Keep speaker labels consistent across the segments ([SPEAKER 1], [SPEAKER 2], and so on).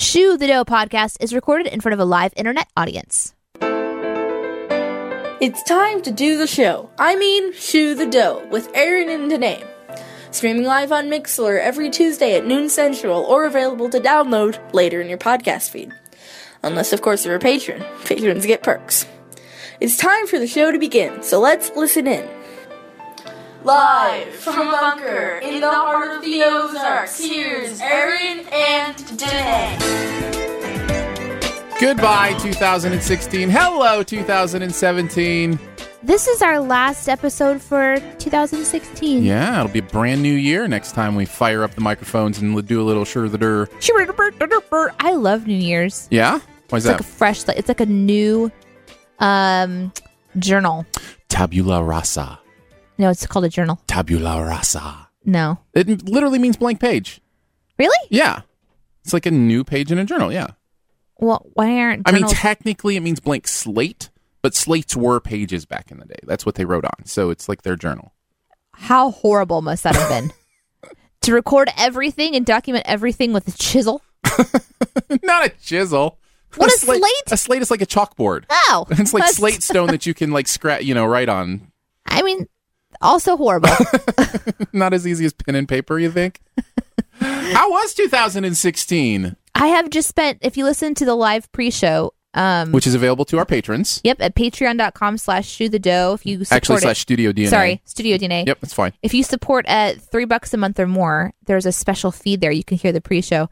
[SPEAKER 1] Shoe the Dough podcast is recorded in front of a live internet audience.
[SPEAKER 2] It's time to do the show. I mean, shoe the dough with Aaron and Danae. Streaming live on Mixler every Tuesday at noon central or available to download later in your podcast feed. Unless, of course, you're a patron. Patrons get perks. It's time for the show to begin, so let's listen in.
[SPEAKER 3] Live from a bunker in the heart of the Ozarks, here's Aaron and Danae.
[SPEAKER 4] Goodbye, 2016. Hello, 2017.
[SPEAKER 1] This is our last episode for 2016.
[SPEAKER 4] Yeah, it'll be a brand new year next time we fire up the microphones and do a little sure that er.
[SPEAKER 1] I love New Year's.
[SPEAKER 4] Yeah? Why is
[SPEAKER 1] It's like
[SPEAKER 4] that?
[SPEAKER 1] a fresh, it's like a new um journal.
[SPEAKER 4] Tabula rasa.
[SPEAKER 1] No, it's called a journal.
[SPEAKER 4] Tabula rasa.
[SPEAKER 1] No.
[SPEAKER 4] It m- literally means blank page.
[SPEAKER 1] Really?
[SPEAKER 4] Yeah. It's like a new page in a journal. Yeah.
[SPEAKER 1] Well, why aren't
[SPEAKER 4] I mean,
[SPEAKER 1] journals-
[SPEAKER 4] technically it means blank slate, but slates were pages back in the day. That's what they wrote on. So it's like their journal.
[SPEAKER 1] how horrible must that have been? to record everything and document everything with a chisel?
[SPEAKER 4] Not a chisel.
[SPEAKER 1] What, a
[SPEAKER 4] sla-
[SPEAKER 1] slate?
[SPEAKER 4] A slate is like a chalkboard.
[SPEAKER 1] Oh.
[SPEAKER 4] It's like
[SPEAKER 1] that's-
[SPEAKER 4] slate stone that you can like scratch, you know, write on.
[SPEAKER 1] I mean, also horrible.
[SPEAKER 4] Not as easy as pen and paper, you think? How was 2016?
[SPEAKER 1] I have just spent, if you listen to the live pre-show, um,
[SPEAKER 4] Which is available to our patrons.
[SPEAKER 1] yep, at patreon.com slash shoe the dough. If you support
[SPEAKER 4] Actually,
[SPEAKER 1] it-
[SPEAKER 4] slash Studio DNA.
[SPEAKER 1] sorry, Studio DNA.
[SPEAKER 4] Yep, that's fine.
[SPEAKER 1] If you support at three bucks a month or more, there's a special feed there. You can hear the pre-show.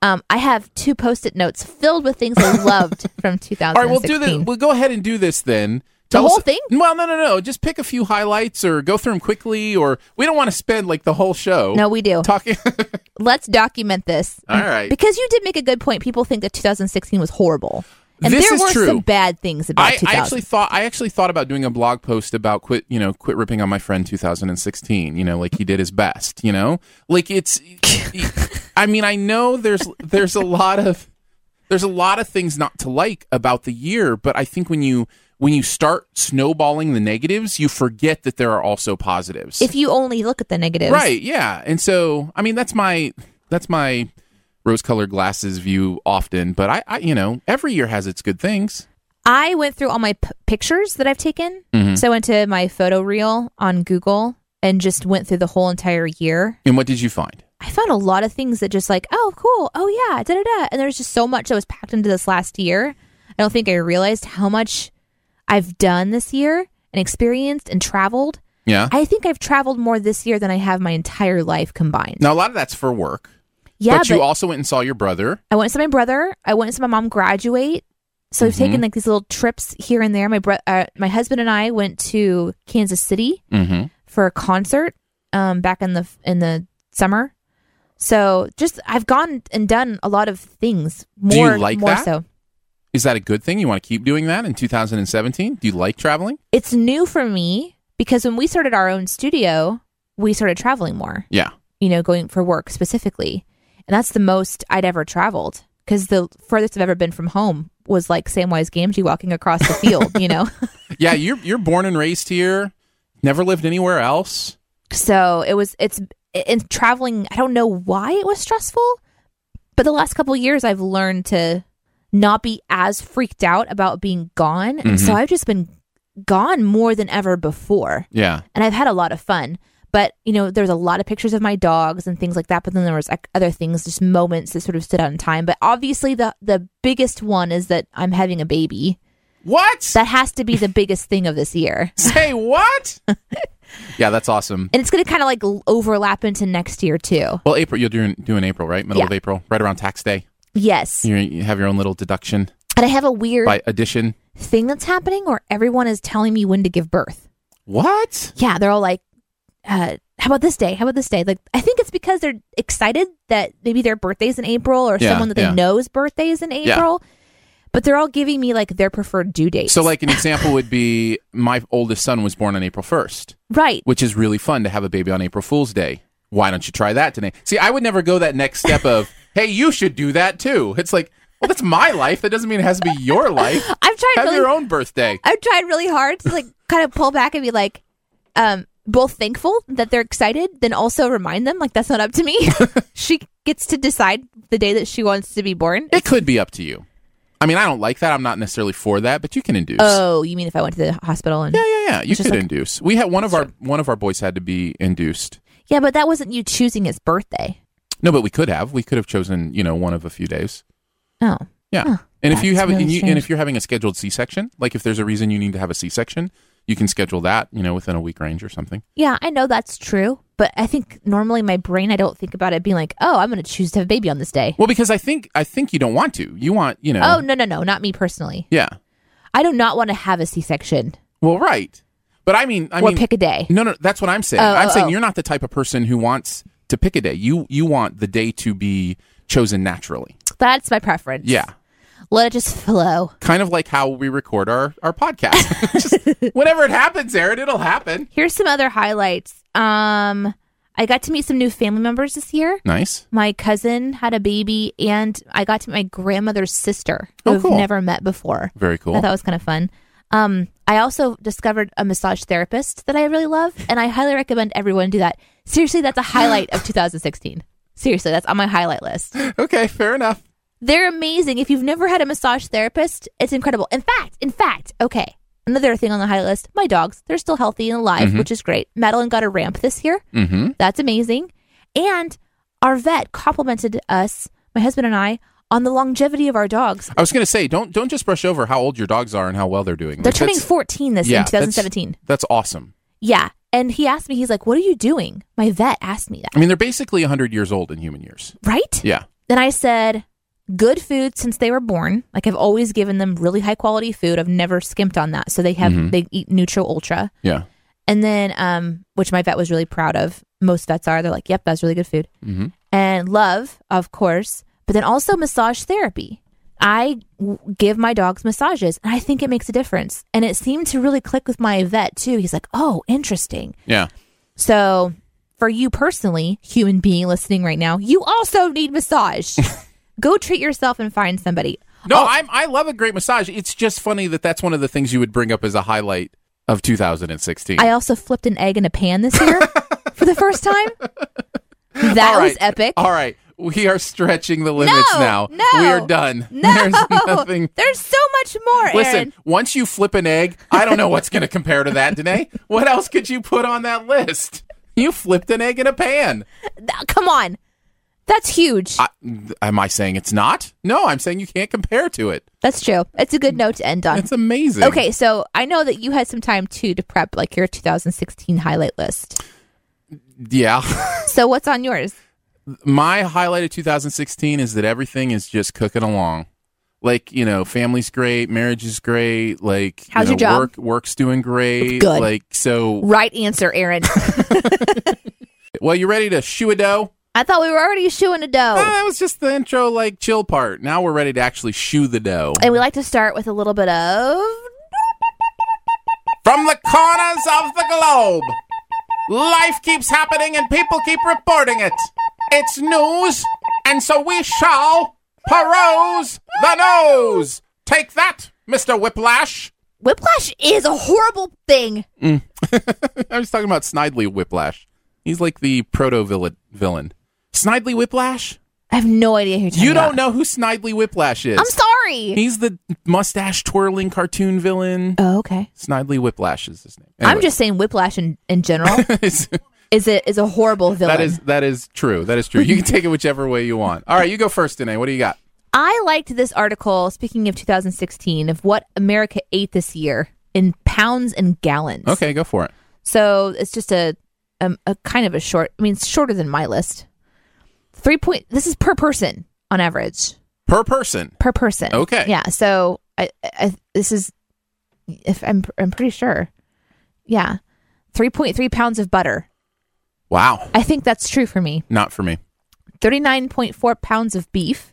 [SPEAKER 1] Um, I have two post-it notes filled with things I loved from 2016.
[SPEAKER 4] All right, we'll do this. We'll go ahead and do this then.
[SPEAKER 1] The whole thing?
[SPEAKER 4] Well, no, no, no. Just pick a few highlights or go through them quickly, or we don't want to spend like the whole show.
[SPEAKER 1] No, we do.
[SPEAKER 4] Talking.
[SPEAKER 1] Let's document this.
[SPEAKER 4] All right.
[SPEAKER 1] Because you did make a good point. People think that 2016 was horrible. And
[SPEAKER 4] This
[SPEAKER 1] there
[SPEAKER 4] is
[SPEAKER 1] were
[SPEAKER 4] true.
[SPEAKER 1] some bad things about
[SPEAKER 4] I, I
[SPEAKER 1] 2000.
[SPEAKER 4] actually thought I actually thought about doing a blog post about quit you know quit ripping on my friend 2016 you know like he did his best you know like it's I mean I know there's there's a lot of there's a lot of things not to like about the year but I think when you when you start snowballing the negatives you forget that there are also positives
[SPEAKER 1] if you only look at the negatives.
[SPEAKER 4] right yeah and so I mean that's my that's my rose colored glasses view often but I, I you know every year has its good things
[SPEAKER 1] I went through all my p- pictures that I've taken.
[SPEAKER 4] Mm-hmm.
[SPEAKER 1] So I went to my photo reel on Google and just went through the whole entire year.
[SPEAKER 4] and what did you find
[SPEAKER 1] I found a lot of things that just like, oh, cool. Oh, yeah. Da da da. And there's just so much that was packed into this last year. I don't think I realized how much I've done this year and experienced and traveled.
[SPEAKER 4] yeah
[SPEAKER 1] I think I've traveled more this year than I have my entire life combined.
[SPEAKER 4] Now a lot of that's for work.
[SPEAKER 1] yeah,
[SPEAKER 4] but you also went and saw your brother.
[SPEAKER 1] I went to my brother. I went to my mom graduate. So I've
[SPEAKER 4] Mm-hmm.
[SPEAKER 1] taken like these little trips here and there. My bro- uh, my husband and I went to Kansas City
[SPEAKER 4] Mm-hmm.
[SPEAKER 1] for a concert um, back in the in the summer. So just I've gone and done a lot of things
[SPEAKER 4] Do you
[SPEAKER 1] more
[SPEAKER 4] like
[SPEAKER 1] more
[SPEAKER 4] that?
[SPEAKER 1] so.
[SPEAKER 4] Is that a good thing? You want to keep doing that in 2017? Do you like traveling?
[SPEAKER 1] It's new for me because when we started our own studio, we started traveling more.
[SPEAKER 4] Yeah.
[SPEAKER 1] you know, going for work specifically. And that's the most I'd ever traveled because the furthest I've ever been from home was like Samwise Gamgee walking across the field, you know?
[SPEAKER 4] Yeah, you're you're born and raised here. Never lived anywhere else.
[SPEAKER 1] So it was, it's, and traveling, I don't know why it was stressful, but the last couple of years I've learned to not be as freaked out about being gone. And so I've just been gone more than ever before.
[SPEAKER 4] Yeah.
[SPEAKER 1] And I've had a lot of fun. But you know, there's a lot of pictures of my dogs and things like that. But then there was like, other things, just moments that sort of stood out in time. But obviously, the the biggest one is that I'm having a baby.
[SPEAKER 4] What?
[SPEAKER 1] That has to be the biggest thing of this year,
[SPEAKER 4] Say what? yeah, that's awesome.
[SPEAKER 1] and it's going to kind of like l- overlap into next year too.
[SPEAKER 4] Well, April, you'll do in, do in April, right? Middle of
[SPEAKER 1] Yeah.
[SPEAKER 4] April, right around tax day.
[SPEAKER 1] Yes,
[SPEAKER 4] You're, you have your own little deduction
[SPEAKER 1] and I have a weird
[SPEAKER 4] by addition.
[SPEAKER 1] thing that's happening where everyone is telling me when to give birth.
[SPEAKER 4] What?
[SPEAKER 1] yeah, they're all like, uh, how about this day? How about this day? Like, I think it's because they're excited that maybe their birthday's in April or
[SPEAKER 4] Yeah,
[SPEAKER 1] someone that they
[SPEAKER 4] yeah.
[SPEAKER 1] know's birthday is in April. But they're all giving me like their preferred due dates.
[SPEAKER 4] So, like, an example would be my oldest son was born on April 1st,
[SPEAKER 1] right?
[SPEAKER 4] which is really fun to have a baby on April Fool's Day. Why don't you try that today? See, I would never go that next step of, hey, you should do that too. It's like, well, that's my life. That doesn't mean it has to be your life.
[SPEAKER 1] I've tried
[SPEAKER 4] Have
[SPEAKER 1] really,
[SPEAKER 4] your own birthday.
[SPEAKER 1] I've tried really hard to like kind of pull back and be like, um, both thankful that they're excited, then also remind them like that's not up to me. she gets to decide the day that she wants to be born.
[SPEAKER 4] It could be up to you. I mean, I don't like that. I'm not necessarily for that, but you can induce.
[SPEAKER 1] Oh, you mean if I went to the hospital and
[SPEAKER 4] Yeah, yeah, yeah. You
[SPEAKER 1] It's just
[SPEAKER 4] could
[SPEAKER 1] like-
[SPEAKER 4] induce. We had one of our one of our boys had to be induced.
[SPEAKER 1] yeah, but that wasn't you choosing his birthday.
[SPEAKER 4] No, but we could have. We could have chosen, you know, one of a few days.
[SPEAKER 1] Oh,
[SPEAKER 4] Yeah.
[SPEAKER 1] Huh.
[SPEAKER 4] and if you
[SPEAKER 1] That's
[SPEAKER 4] have
[SPEAKER 1] really
[SPEAKER 4] and, you, and
[SPEAKER 1] strange.
[SPEAKER 4] if you're having a scheduled C-section, like if there's a reason you need to have a C-section, you can schedule that, you know, within a week range or something.
[SPEAKER 1] Yeah, I know that's true, but I think normally my brain, I don't think about it being like, oh, I'm going to choose to have a baby on this day.
[SPEAKER 4] Well, because I think I think you don't want to. You want, you know.
[SPEAKER 1] Oh, no, no, no, not me personally.
[SPEAKER 4] Yeah.
[SPEAKER 1] I do not want to have a C section
[SPEAKER 4] Well, right. But I mean, I
[SPEAKER 1] or
[SPEAKER 4] mean
[SPEAKER 1] pick a day.
[SPEAKER 4] No, no, that's what I'm saying.
[SPEAKER 1] Oh,
[SPEAKER 4] I'm
[SPEAKER 1] oh,
[SPEAKER 4] saying
[SPEAKER 1] oh.
[SPEAKER 4] you're not the type of person who wants to pick a day. You you want the day to be chosen naturally.
[SPEAKER 1] That's my preference.
[SPEAKER 4] Yeah.
[SPEAKER 1] Let it just flow.
[SPEAKER 4] kind of like how we record our, our podcast. Just, whenever it happens, Aaron, it'll happen.
[SPEAKER 1] Here's some other highlights. Um, I got to meet some new family members this year.
[SPEAKER 4] Nice.
[SPEAKER 1] My cousin had a baby, and I got to meet my grandmother's sister, who
[SPEAKER 4] Oh,
[SPEAKER 1] I've
[SPEAKER 4] cool.
[SPEAKER 1] never met before.
[SPEAKER 4] Very cool.
[SPEAKER 1] I thought it was kind of fun. Um, I also discovered a massage therapist that I really love, and I highly recommend everyone do that. Seriously, that's a highlight of 2016. Seriously, that's on my highlight list.
[SPEAKER 4] okay, fair enough.
[SPEAKER 1] They're amazing. If you've never had a massage therapist, it's incredible. In fact, in fact, okay. Another thing on the highlight list, my dogs, they're still healthy and alive, which is great. Madeline got a ramp this year.
[SPEAKER 4] Mm-hmm.
[SPEAKER 1] That's amazing. And our vet complimented us, my husband and I, on the longevity of our dogs.
[SPEAKER 4] I was going to say, don't don't just brush over how old your dogs are and how well they're doing.
[SPEAKER 1] They're
[SPEAKER 4] Like,
[SPEAKER 1] turning
[SPEAKER 4] that's-
[SPEAKER 1] 14 this
[SPEAKER 4] yeah,
[SPEAKER 1] in
[SPEAKER 4] that's-
[SPEAKER 1] 2017.
[SPEAKER 4] That's, awesome.
[SPEAKER 1] Yeah. And he asked me, he's like, What are you doing? My vet asked me that,
[SPEAKER 4] I mean, they're basically 100 years old in human years.
[SPEAKER 1] right?
[SPEAKER 4] Yeah.
[SPEAKER 1] Then I said, Good food since they were born. Like I've always given them really high quality food. I've never skimped on that. So they have,
[SPEAKER 4] Mm-hmm.
[SPEAKER 1] they eat Nutro Ultra.
[SPEAKER 4] Yeah.
[SPEAKER 1] And then, um, which my vet was really proud of. Most vets are. They're like, Yep, that's really good food.
[SPEAKER 4] Mhm.
[SPEAKER 1] And love, of course, but then also massage therapy. I w- give my dogs massages and I think it makes a difference. And it seemed to really click with my vet too. He's like, Oh, interesting.
[SPEAKER 4] Yeah.
[SPEAKER 1] So, for you personally, human being listening right now, you also need massage. Go treat yourself and find somebody.
[SPEAKER 4] No, I'm, I love a great massage. It's just funny that that's one of the things you would bring up as a highlight of 2016.
[SPEAKER 1] I also flipped an egg in a pan this year for the first time. That
[SPEAKER 4] All
[SPEAKER 1] was
[SPEAKER 4] right.
[SPEAKER 1] epic.
[SPEAKER 4] All right. We are stretching the limits
[SPEAKER 1] No,
[SPEAKER 4] now.
[SPEAKER 1] no,
[SPEAKER 4] We are done.
[SPEAKER 1] No,
[SPEAKER 4] There's nothing.
[SPEAKER 1] There's so much more.
[SPEAKER 4] Listen,
[SPEAKER 1] Aaron.
[SPEAKER 4] once you flip an egg, I don't know what's going to compare to that, Danae. What else could you put on that list? You flipped an egg in a pan.
[SPEAKER 1] Th- come on, that's huge.
[SPEAKER 4] I, am I saying it's not? No, I'm saying you can't compare to it.
[SPEAKER 1] that's true. It's a good note to end on.
[SPEAKER 4] It's amazing.
[SPEAKER 1] Uh, Okay, so I know that you had some time too to prep like your 2016 highlight list.
[SPEAKER 4] Yeah.
[SPEAKER 1] So what's on yours?
[SPEAKER 4] My highlight of 2016 is that everything is just cooking along. Like, you know, family's great, marriage is great, like you
[SPEAKER 1] How's your
[SPEAKER 4] know,
[SPEAKER 1] job?
[SPEAKER 4] work work's doing great.
[SPEAKER 1] Good.
[SPEAKER 4] Like so
[SPEAKER 1] Right answer, Aaron.
[SPEAKER 4] well, you ready to shoe a dough?
[SPEAKER 1] I thought we were already shoeing a dough.
[SPEAKER 4] Ah, that was just the intro like chill part. Now we're ready to actually shoe the dough.
[SPEAKER 1] And we like to start with a little bit of.
[SPEAKER 4] From the corners of the globe, life keeps happening and people keep reporting it. It's news, and so we shall peruse the news. Take that, Mr. Whiplash.
[SPEAKER 1] Whiplash is a horrible thing.
[SPEAKER 4] Mm. I was talking about Snidely Whiplash. He's like the proto villain. Snidely Whiplash?
[SPEAKER 1] I have no idea who you're talking
[SPEAKER 4] You don't
[SPEAKER 1] about.
[SPEAKER 4] know who Snidely Whiplash is.
[SPEAKER 1] I'm sorry.
[SPEAKER 4] He's the mustache twirling cartoon villain.
[SPEAKER 1] oh, okay.
[SPEAKER 4] Snidely Whiplash is his name.
[SPEAKER 1] I'm just saying Whiplash in, in general.
[SPEAKER 4] just.
[SPEAKER 1] is a is a horrible villain.
[SPEAKER 4] That is that is true. That is true. You can take it whichever way you want. All right, you go first, Danae. What do you got?
[SPEAKER 1] I liked this article. Speaking of 2016, of what America ate this year in pounds and gallons.
[SPEAKER 4] Okay, go for it.
[SPEAKER 1] So it's just a um, a kind of a short. I mean, it's shorter than my list. Three point. This is per person on average.
[SPEAKER 4] Per person.
[SPEAKER 1] Per person.
[SPEAKER 4] Okay.
[SPEAKER 1] Yeah. So I, I this is if I'm I'm pretty sure. Yeah, three point three pounds of butter.
[SPEAKER 4] Wow.
[SPEAKER 1] I think that's true for me.
[SPEAKER 4] Not for me.
[SPEAKER 1] Thirty nine point four pounds of beef.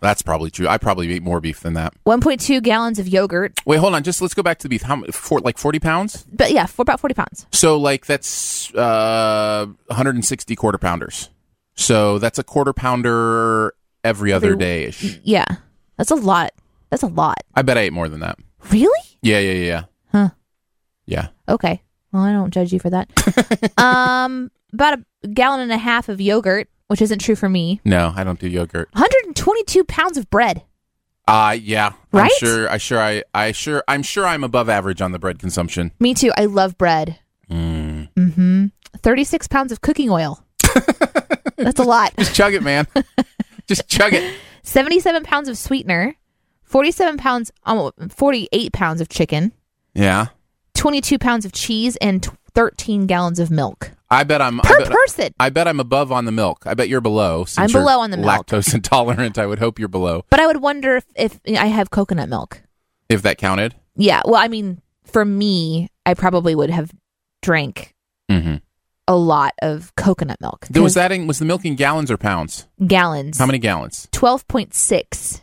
[SPEAKER 4] That's probably true. I probably eat more beef than that.
[SPEAKER 1] One point two gallons of yogurt.
[SPEAKER 4] Wait, hold on. Just let's go back to the beef. How mu- for, like forty pounds?
[SPEAKER 1] But yeah, for about forty pounds.
[SPEAKER 4] So like that's uh, one hundred and sixty quarter pounders. So that's a quarter pounder every other day ish.
[SPEAKER 1] Yeah, that's a lot. That's a lot.
[SPEAKER 4] I bet I ate more than that.
[SPEAKER 1] Really?
[SPEAKER 4] Yeah, yeah, yeah, yeah.
[SPEAKER 1] Huh.
[SPEAKER 4] Yeah.
[SPEAKER 1] Okay. Well, I don't judge you for that. um, about a gallon and a half of yogurt, which isn't true for me.
[SPEAKER 4] No, I don't do yogurt.
[SPEAKER 1] One hundred and twenty two pounds of bread.
[SPEAKER 4] Uh yeah. I'm
[SPEAKER 1] Right?
[SPEAKER 4] sure I sure I I sure I'm sure I'm above average on the bread consumption.
[SPEAKER 1] Me too. I love bread.
[SPEAKER 4] Mm.
[SPEAKER 1] Mm-hmm. Thirty six pounds of cooking oil. that's a lot.
[SPEAKER 4] Just chug it, man. Just chug it.
[SPEAKER 1] 77 pounds of sweetener, 47 pounds, almost 48 pounds of chicken,
[SPEAKER 4] Yeah.
[SPEAKER 1] 22 pounds of cheese, and t- 13 gallons of milk
[SPEAKER 4] I bet I'm
[SPEAKER 1] per
[SPEAKER 4] I bet,
[SPEAKER 1] person.
[SPEAKER 4] I bet I'm above on the milk. I bet you're below. since
[SPEAKER 1] I'm
[SPEAKER 4] you're
[SPEAKER 1] below on the milk.
[SPEAKER 4] Lactose intolerant. I would hope you're below.
[SPEAKER 1] but I would wonder if, if I have coconut milk.
[SPEAKER 4] If that counted.
[SPEAKER 1] Yeah. Well, I mean, for me, I probably would have drank
[SPEAKER 4] Mm-hmm.
[SPEAKER 1] a lot of coconut milk.
[SPEAKER 4] Was that in, was the milk in gallons or pounds?
[SPEAKER 1] 'Cause Gallons.
[SPEAKER 4] How many gallons?
[SPEAKER 1] 12.6.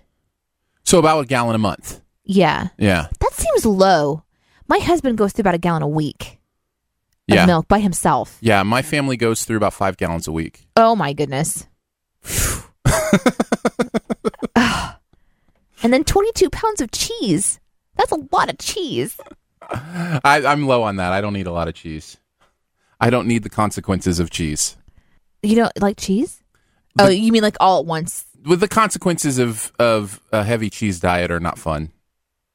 [SPEAKER 4] So about a gallon a month.
[SPEAKER 1] Yeah.
[SPEAKER 4] Yeah.
[SPEAKER 1] That seems low. My husband goes through about a gallon a week of
[SPEAKER 4] Yeah.
[SPEAKER 1] milk by himself.
[SPEAKER 4] Yeah. My family goes through about five gallons a week.
[SPEAKER 1] Oh my goodness. Ah. and then 22 pounds of cheese. That's a lot of cheese.
[SPEAKER 4] I, I'm low on that. I don't need a lot of cheese. I don't need the consequences of cheese.
[SPEAKER 1] You don't like cheese? oh, you mean like all at once?
[SPEAKER 4] with the consequences of of a heavy cheese diet are not fun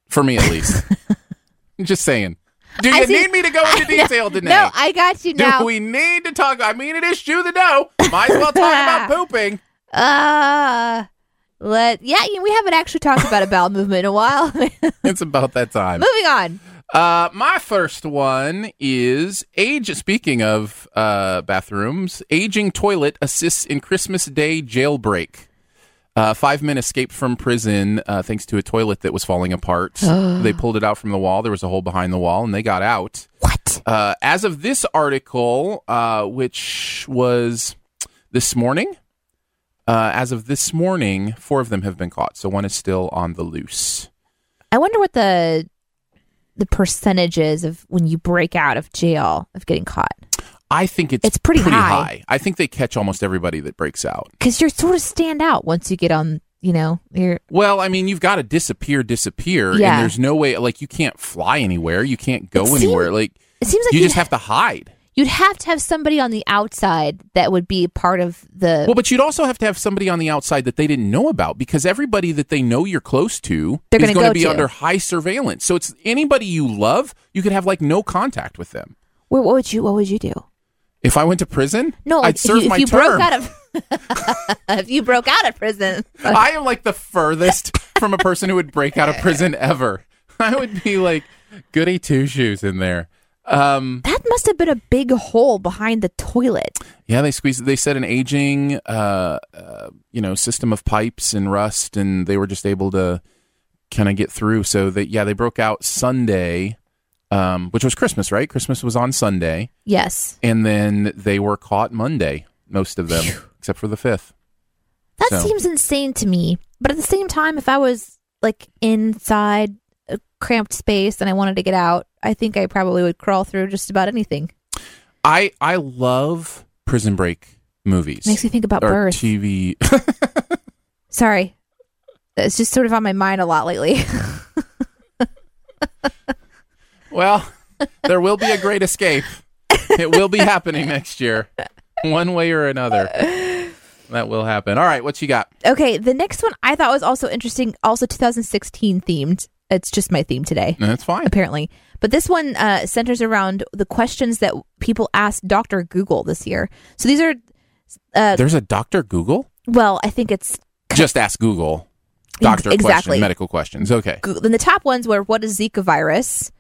[SPEAKER 4] for me at least. I'm just saying. Do
[SPEAKER 1] I
[SPEAKER 4] you
[SPEAKER 1] see-
[SPEAKER 4] need me to go into
[SPEAKER 1] I know-
[SPEAKER 4] detail today?
[SPEAKER 1] No, I got you
[SPEAKER 4] Do
[SPEAKER 1] now.
[SPEAKER 4] we need to talk? I mean, it is chew the dough. Might as well talk about pooping.
[SPEAKER 1] uh, let yeah, you- we haven't actually talked about a bowel movement in a while. Moving
[SPEAKER 4] It's about that time.
[SPEAKER 1] on.
[SPEAKER 4] Uh, my first one is age. Speaking of uh, bathrooms, aging toilet assists in Christmas Day jailbreak. Uh, five men escaped from prison uh, thanks to a toilet that was falling apart. they pulled it out from the wall. There was a hole behind the wall, and they got out.
[SPEAKER 1] What?
[SPEAKER 4] Uh, as of this article, uh, which was this morning, uh, as of this morning, four of them have been caught. So one is still on the loose.
[SPEAKER 1] I wonder what the the percentage is of when you break out of jail of getting caught.
[SPEAKER 4] I think it's
[SPEAKER 1] It's pretty high.
[SPEAKER 4] I think they catch almost everybody that breaks out.
[SPEAKER 1] Because you're sort of stand out once you get on, you know, you're
[SPEAKER 4] Well, I mean, you've got to disappear, disappear,
[SPEAKER 1] Yeah.
[SPEAKER 4] and there's no way. Like, you can't fly anywhere. You can't go
[SPEAKER 1] It seem-
[SPEAKER 4] anywhere. Like,
[SPEAKER 1] it seems like
[SPEAKER 4] you
[SPEAKER 1] you'd
[SPEAKER 4] just have to hide.
[SPEAKER 1] You'd have to have somebody on the outside that would be part of the.
[SPEAKER 4] Well, but you'd also have to have somebody on the outside that they didn't know about because everybody that they know you're close to
[SPEAKER 1] They're
[SPEAKER 4] is
[SPEAKER 1] gonna
[SPEAKER 4] going to
[SPEAKER 1] go
[SPEAKER 4] be
[SPEAKER 1] to.
[SPEAKER 4] under high surveillance. So it's anybody you love, you could have like no contact with them.
[SPEAKER 1] What- what would you? What would you do?
[SPEAKER 4] If I went to prison,
[SPEAKER 1] No, like
[SPEAKER 4] I'd serve
[SPEAKER 1] if you,
[SPEAKER 4] my
[SPEAKER 1] if you
[SPEAKER 4] term.
[SPEAKER 1] broke out of, if you broke out of prison,
[SPEAKER 4] I am like the furthest from a person who would break out of prison ever. I would be like goody two shoes in there. Um,
[SPEAKER 1] that must have been a big hole behind the toilet.
[SPEAKER 4] yeah, they squeezed. They said an aging, uh, uh, you know, system of pipes and rust, and they were just able to kind of get through. So they, yeah, they broke out Sunday, um, which was Christmas, right? Christmas was on Sunday,
[SPEAKER 1] Yes,
[SPEAKER 4] and then they were caught Monday. Most of them, except for the fifth.
[SPEAKER 1] that
[SPEAKER 4] So-
[SPEAKER 1] seems insane to me. But at the same time, if I was like inside a cramped space and I wanted to get out, I think I probably would crawl through just about anything.
[SPEAKER 4] I I love Prison Break movies.
[SPEAKER 1] Makes me think about
[SPEAKER 4] or
[SPEAKER 1] birth.
[SPEAKER 4] TV
[SPEAKER 1] Sorry, it's just sort of on my mind a lot lately.
[SPEAKER 4] Well, there will be a great escape. It will be happening next year, one way or another. That will happen. All right, what you got?
[SPEAKER 1] Okay, the next one I thought was also interesting, also 2016 themed, It's just my theme today,
[SPEAKER 4] No, that's fine.
[SPEAKER 1] apparently. But this one uh, centers around the questions that people asked Dr. Google this year. So these are, uh,
[SPEAKER 4] There's a Dr. Google?
[SPEAKER 1] well, I think it's
[SPEAKER 4] Just ask Google. Doctor
[SPEAKER 1] exactly.
[SPEAKER 4] questions, medical questions. Okay.
[SPEAKER 1] Goo- Then the top ones were what is Zika virus,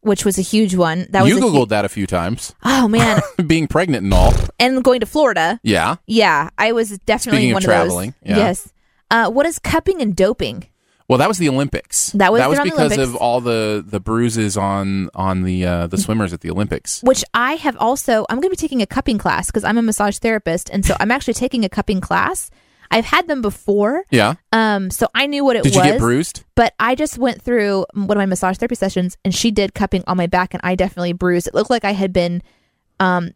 [SPEAKER 1] which was a huge one. That was
[SPEAKER 4] you
[SPEAKER 1] a hu-
[SPEAKER 4] Googled that a few times.
[SPEAKER 1] oh man,
[SPEAKER 4] Being pregnant and all.
[SPEAKER 1] and going to Florida.
[SPEAKER 4] Yeah.
[SPEAKER 1] Yeah, I was definitely
[SPEAKER 4] Speaking of
[SPEAKER 1] one
[SPEAKER 4] traveling,
[SPEAKER 1] those.
[SPEAKER 4] yeah.
[SPEAKER 1] Yes. Uh, what is cupping and doping?
[SPEAKER 4] Well, that was the Olympics.
[SPEAKER 1] That was around the
[SPEAKER 4] because
[SPEAKER 1] Olympics.
[SPEAKER 4] of all the, the bruises on on the uh, the swimmers at the Olympics.
[SPEAKER 1] Which I have also. I'm going to be taking a cupping class because I'm a massage therapist, and so I'm actually taking a cupping class. I've had them before,
[SPEAKER 4] Yeah.
[SPEAKER 1] um, so I knew what it
[SPEAKER 4] Did
[SPEAKER 1] was.
[SPEAKER 4] you get bruised?
[SPEAKER 1] But I just went through one of my massage therapy sessions and she did cupping on my back and I definitely bruised. It looked like I had been um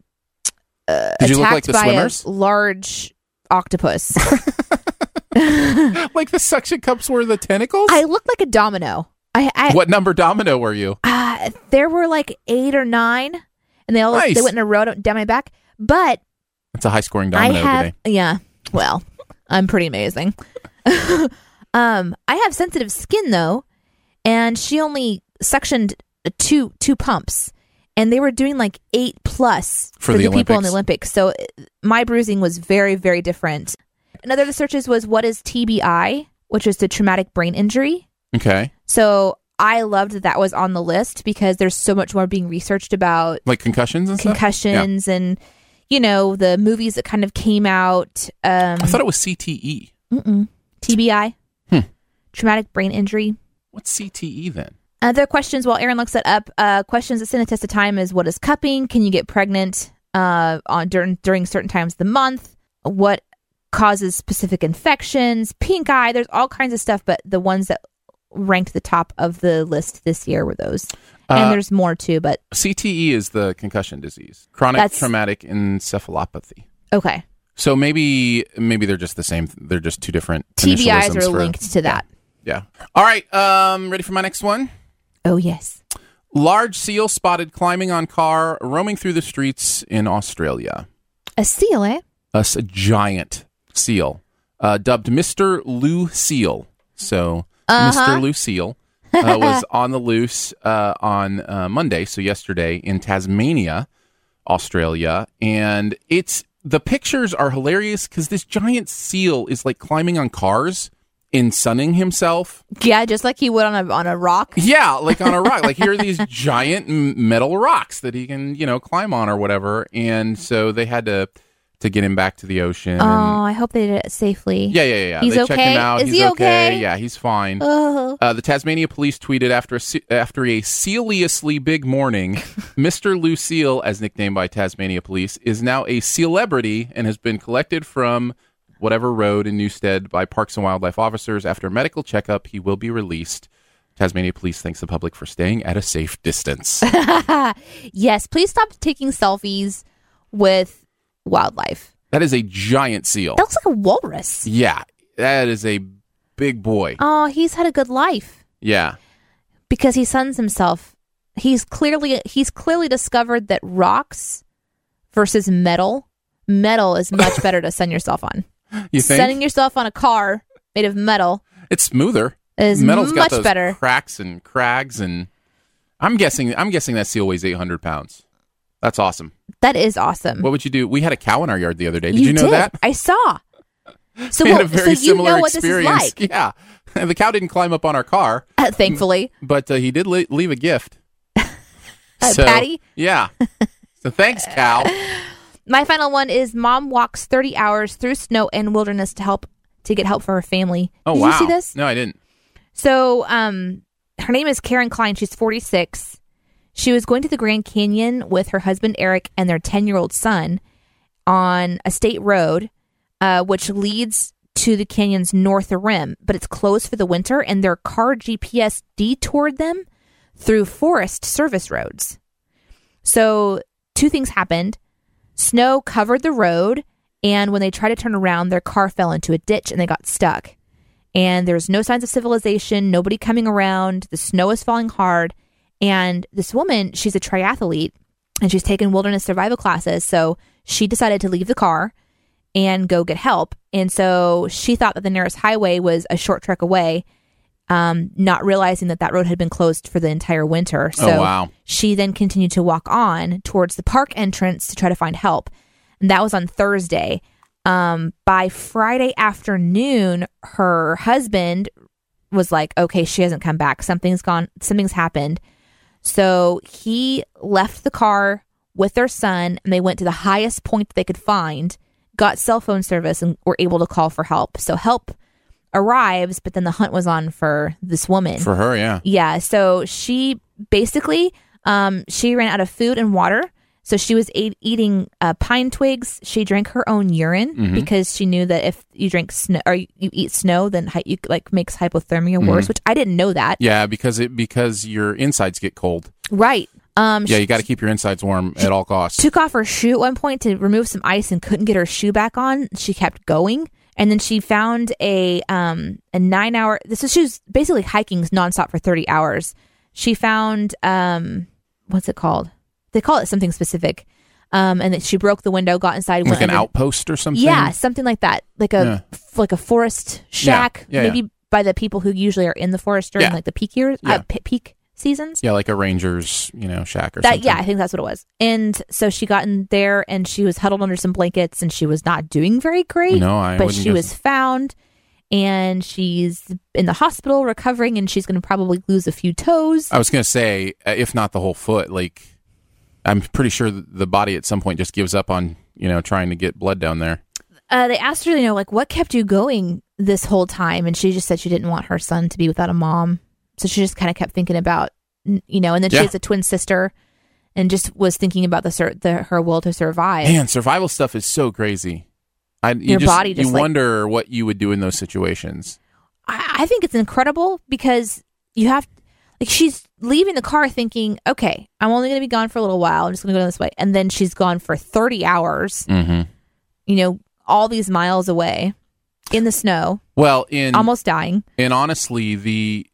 [SPEAKER 1] uh,
[SPEAKER 4] Did you look
[SPEAKER 1] attacked
[SPEAKER 4] like the
[SPEAKER 1] by
[SPEAKER 4] swimmers?
[SPEAKER 1] a large octopus.
[SPEAKER 4] like the suction cups were the tentacles?
[SPEAKER 1] I looked like a domino. I, I
[SPEAKER 4] what number domino were you?
[SPEAKER 1] Uh, there were like 8 or 9 and they all
[SPEAKER 4] Nice.
[SPEAKER 1] they went in a row down my back, but
[SPEAKER 4] It's a high scoring
[SPEAKER 1] I
[SPEAKER 4] domino
[SPEAKER 1] have
[SPEAKER 4] today.
[SPEAKER 1] yeah. Well, I'm pretty amazing. um, I have sensitive skin though, and she only suctioned two two pumps, and they were doing like eight plus
[SPEAKER 4] For the
[SPEAKER 1] people in
[SPEAKER 4] Olympics.
[SPEAKER 1] the Olympics. So uh, my bruising was very very different. Another of the searches was what is TBI, which is the traumatic brain injury.
[SPEAKER 4] Okay.
[SPEAKER 1] So I loved that that was on the list because there's so much more being researched about
[SPEAKER 4] Like concussions and stuff? Yeah.
[SPEAKER 1] concussions and you know the movies that kind of came out um
[SPEAKER 4] I thought it was E. CTE.
[SPEAKER 1] mm-mm. tbi
[SPEAKER 4] Hmm.
[SPEAKER 1] traumatic brain injury
[SPEAKER 4] What's CTE then?
[SPEAKER 1] other questions while aaron looks it up uh questions that stand the test of time is what is cupping can you get pregnant uh on during during certain times of the month what causes specific infections pink eye there's all kinds of stuff but the ones that ranked the top of the list this year were those
[SPEAKER 4] Uh,
[SPEAKER 1] and there's more too but
[SPEAKER 4] CTE E is the concussion disease, chronic
[SPEAKER 1] That's-
[SPEAKER 4] traumatic encephalopathy.
[SPEAKER 1] okay
[SPEAKER 4] So maybe maybe they're just the same. They're just two different
[SPEAKER 1] tbis
[SPEAKER 4] initialisms
[SPEAKER 1] are
[SPEAKER 4] for-
[SPEAKER 1] linked to that
[SPEAKER 4] Yeah. All right. Um, ready for my next one?
[SPEAKER 1] oh yes
[SPEAKER 4] Large seal spotted climbing on car, roaming through the streets in Australia.
[SPEAKER 1] a seal eh
[SPEAKER 4] A, s- a giant seal, uh, dubbed Mister Lucille. So
[SPEAKER 1] Uh-huh.
[SPEAKER 4] Mister Lucille uh, was on the loose uh, on uh, Monday, so yesterday in Tasmania, Australia, and it's the pictures are hilarious because this giant seal is like climbing on cars and sunning himself.
[SPEAKER 1] Yeah, just like he would on a on a rock.
[SPEAKER 4] Yeah, like on a rock. like here are these giant m- metal rocks that he can, you know, climb on or whatever. And so they had to to get him back to the ocean.
[SPEAKER 1] Oh,
[SPEAKER 4] and-
[SPEAKER 1] I hope they did it safely.
[SPEAKER 4] yeah, yeah, yeah, yeah.
[SPEAKER 1] He's
[SPEAKER 4] they check
[SPEAKER 1] okay?
[SPEAKER 4] him out.
[SPEAKER 1] Is
[SPEAKER 4] he's
[SPEAKER 1] he
[SPEAKER 4] okay?
[SPEAKER 1] okay?
[SPEAKER 4] Yeah, he's fine.
[SPEAKER 1] Oh.
[SPEAKER 4] Uh, the Tasmania police tweeted after a se- after a celously big morning, Mr. Lucille, as nicknamed by Tasmania police, is now a celebrity and has been collected from whatever road in Newstead by Parks and Wildlife officers. After a medical checkup, he will be released. Tasmania police thanks the public for staying at a safe distance.
[SPEAKER 1] Yes, please stop taking selfies with wildlife.
[SPEAKER 4] that is a giant seal.
[SPEAKER 1] That looks like a walrus.
[SPEAKER 4] Yeah, that is a big boy.
[SPEAKER 1] Oh, he's had a good life
[SPEAKER 4] Yeah.
[SPEAKER 1] because he suns himself. He's clearly he's clearly discovered that rocks versus metal, metal is much better to sun yourself on.
[SPEAKER 4] You think
[SPEAKER 1] Sunning yourself on a car made of metal
[SPEAKER 4] it's smoother?
[SPEAKER 1] is
[SPEAKER 4] Metal's
[SPEAKER 1] much
[SPEAKER 4] got those
[SPEAKER 1] better.
[SPEAKER 4] cracks and crags and I'm guessing I'm guessing that seal weighs 800 pounds. That's awesome.
[SPEAKER 1] that is awesome.
[SPEAKER 4] What would you do? We had a cow in our yard the other day. Did you, know that?
[SPEAKER 1] I saw. So,
[SPEAKER 4] we
[SPEAKER 1] well,
[SPEAKER 4] had a very
[SPEAKER 1] so you
[SPEAKER 4] similar
[SPEAKER 1] know what
[SPEAKER 4] experience.
[SPEAKER 1] this is like.
[SPEAKER 4] Yeah, the cow didn't climb up on our car,
[SPEAKER 1] Uh, thankfully,
[SPEAKER 4] but uh, he did le- leave a gift.
[SPEAKER 1] Uh, Patty?
[SPEAKER 4] Yeah. So thanks, cow.
[SPEAKER 1] my final one is mom walks 30 hours through snow and wilderness to help to get help for her family.
[SPEAKER 4] Oh
[SPEAKER 1] Did
[SPEAKER 4] wow.
[SPEAKER 1] you see this?
[SPEAKER 4] No, I didn't.
[SPEAKER 1] So, um, her name is Karen Klein. She's 46. She was going to the Grand Canyon with her husband Eric and their 10 year old son on a state road, uh, which leads to the canyon's north rim, but it's closed for the winter, and their car GPS detoured them through forest service roads. So, two things happened snow covered the road, and when they tried to turn around, their car fell into a ditch and they got stuck and there's no signs of civilization, nobody coming around, the snow is falling hard, and this woman, she's a triathlete and she's taken wilderness survival classes, so she decided to leave the car and go get help. And so she thought that the nearest highway was a short trek away. um, not realizing that that road had been closed for the entire winter. So
[SPEAKER 4] Oh, wow.
[SPEAKER 1] she then continued to walk on towards the park entrance to try to find help. And that was on Thursday. Um, by Friday afternoon, her husband was like, okay, she hasn't come back. Something's gone, something's happened. So he left the car with their son and they went to the highest point that they could find, got cell phone service, and were able to call for help. So help arrives, but then the hunt was on for this woman.
[SPEAKER 4] For her, yeah.
[SPEAKER 1] yeah. So she basically um, she ran out of food and water. So she was a- eating uh, pine twigs. She drank her own urine
[SPEAKER 4] Mm-hmm.
[SPEAKER 1] because she knew that if you drink snow or you you eat snow, then hy- you like makes hypothermia worse. Which I didn't know that.
[SPEAKER 4] Mm-hmm. Yeah, because it because your insides get cold.
[SPEAKER 1] Right. Um,
[SPEAKER 4] Yeah, you got to keep your insides warm at all costs.
[SPEAKER 1] took off her shoe at one point to remove some ice and couldn't get her shoe back on. She kept going. And then she found a um a nine hour this is she was basically hiking nonstop for thirty hours. She found um what's it called? They call it something specific. Um and then she broke the window, got inside,
[SPEAKER 4] Like
[SPEAKER 1] went
[SPEAKER 4] an
[SPEAKER 1] under-
[SPEAKER 4] outpost or something.
[SPEAKER 1] Yeah, something like that. Like a f- like a forest shack.
[SPEAKER 4] Yeah, yeah.
[SPEAKER 1] maybe by the people who usually are in the forest during
[SPEAKER 4] Yeah.
[SPEAKER 1] like the peak years
[SPEAKER 4] Yeah.
[SPEAKER 1] uh, pe- peak seasons.
[SPEAKER 4] Yeah, like a ranger's, you know, shack or
[SPEAKER 1] That
[SPEAKER 4] something.
[SPEAKER 1] yeah, I think that's what it was. And so she got in there and she was huddled under some blankets and she was not doing very great.
[SPEAKER 4] No, I
[SPEAKER 1] but
[SPEAKER 4] wouldn't
[SPEAKER 1] she
[SPEAKER 4] guess-
[SPEAKER 1] was found and she's in the hospital recovering and she's going to probably lose a few toes.
[SPEAKER 4] I was going to say uh, if not the whole foot, like I'm pretty sure th- the body at some point just gives up on, you know, trying to get blood down there.
[SPEAKER 1] Uh, they asked her, you know, like what kept you going this whole time, and she just said she didn't want her son to be without a mom, so she just kind of kept thinking about, n- you know, and then she
[SPEAKER 4] Yeah.
[SPEAKER 1] has a twin sister, and just was thinking about the, sur- the her will to survive.
[SPEAKER 4] Man, survival stuff is so crazy. I, you
[SPEAKER 1] Your
[SPEAKER 4] just,
[SPEAKER 1] body just,
[SPEAKER 4] you
[SPEAKER 1] like-
[SPEAKER 4] wonder what you would do in those situations.
[SPEAKER 1] I, I think it's incredible because you have like she's leaving the car thinking, okay, I'm only going to be gone for a little while. I'm just going to go this way, and then she's gone for 30 hours.
[SPEAKER 4] Mm-hmm.
[SPEAKER 1] You know, all these miles away in the snow,
[SPEAKER 4] Well, in
[SPEAKER 1] almost dying.
[SPEAKER 4] and honestly, the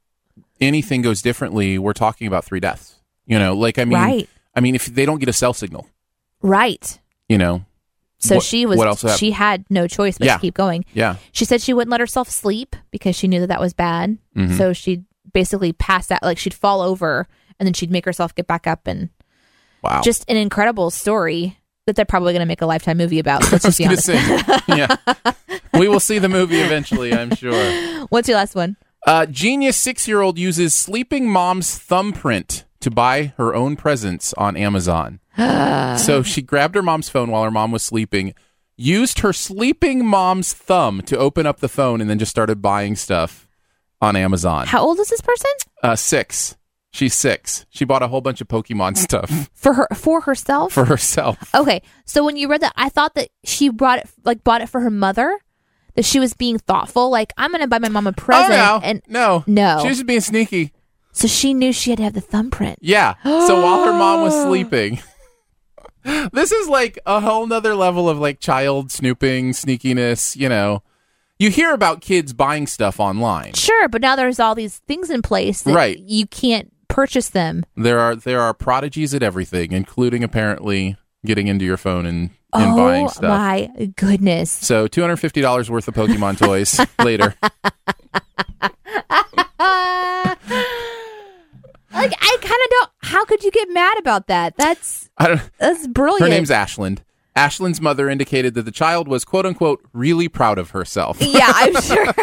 [SPEAKER 4] anything goes differently. We're talking about three deaths. You know, like I mean,
[SPEAKER 1] Right.
[SPEAKER 4] I mean, if they don't get a cell signal,
[SPEAKER 1] Right.
[SPEAKER 4] you know,
[SPEAKER 1] So
[SPEAKER 4] What-
[SPEAKER 1] she was.
[SPEAKER 4] what else happened?
[SPEAKER 1] she had no choice but
[SPEAKER 4] Yeah.
[SPEAKER 1] to keep going.
[SPEAKER 4] yeah,
[SPEAKER 1] She said she wouldn't let herself sleep because she knew that that was bad.
[SPEAKER 4] Mhm.
[SPEAKER 1] So she'd basically pass out, like she'd fall over, and then she'd make herself get back up, and
[SPEAKER 4] wow.
[SPEAKER 1] just an incredible story that they're probably going to make a lifetime movie about. Let's
[SPEAKER 4] I
[SPEAKER 1] just
[SPEAKER 4] was
[SPEAKER 1] be
[SPEAKER 4] gonna
[SPEAKER 1] honest.
[SPEAKER 4] say, yeah, we will see the movie eventually. I'm sure.
[SPEAKER 1] What's your last one?
[SPEAKER 4] Uh, genius six year old uses sleeping mom's thumbprint to buy her own presents on Amazon. so she grabbed her mom's phone while her mom was sleeping, used her sleeping mom's thumb to open up the phone, and then just started buying stuff on Amazon.
[SPEAKER 1] How old is this person?
[SPEAKER 4] Uh, six. She's six. She bought a whole bunch of Pokemon stuff
[SPEAKER 1] For her, for herself.
[SPEAKER 4] for herself.
[SPEAKER 1] okay, so when you read that, I thought that she brought it, like bought it for her mother. That she was being thoughtful, like I'm going to buy my mom a present,
[SPEAKER 4] oh, no.
[SPEAKER 1] and
[SPEAKER 4] no.
[SPEAKER 1] No.
[SPEAKER 4] She was just being sneaky.
[SPEAKER 1] so she knew she had to have the thumbprint.
[SPEAKER 4] Yeah. So while her mom was sleeping, this is like a whole nother level of like child snooping, sneakiness, you know. You hear about kids buying stuff online.
[SPEAKER 1] Sure, but now there's all these things in place that
[SPEAKER 4] Right.
[SPEAKER 1] you can't purchase them.
[SPEAKER 4] There are there are prodigies at everything, including apparently getting into your phone and, and buying
[SPEAKER 1] oh
[SPEAKER 4] stuff.
[SPEAKER 1] my goodness.
[SPEAKER 4] So two hundred fifty dollars worth of Pokemon toys later.
[SPEAKER 1] Ah. like I kind of don't how could you get mad about that? That's
[SPEAKER 4] I don't.
[SPEAKER 1] that's brilliant.
[SPEAKER 4] Her name's Ashland. Ashland's mother indicated that the child was quote unquote really proud of herself.
[SPEAKER 1] Yeah, I'm sure.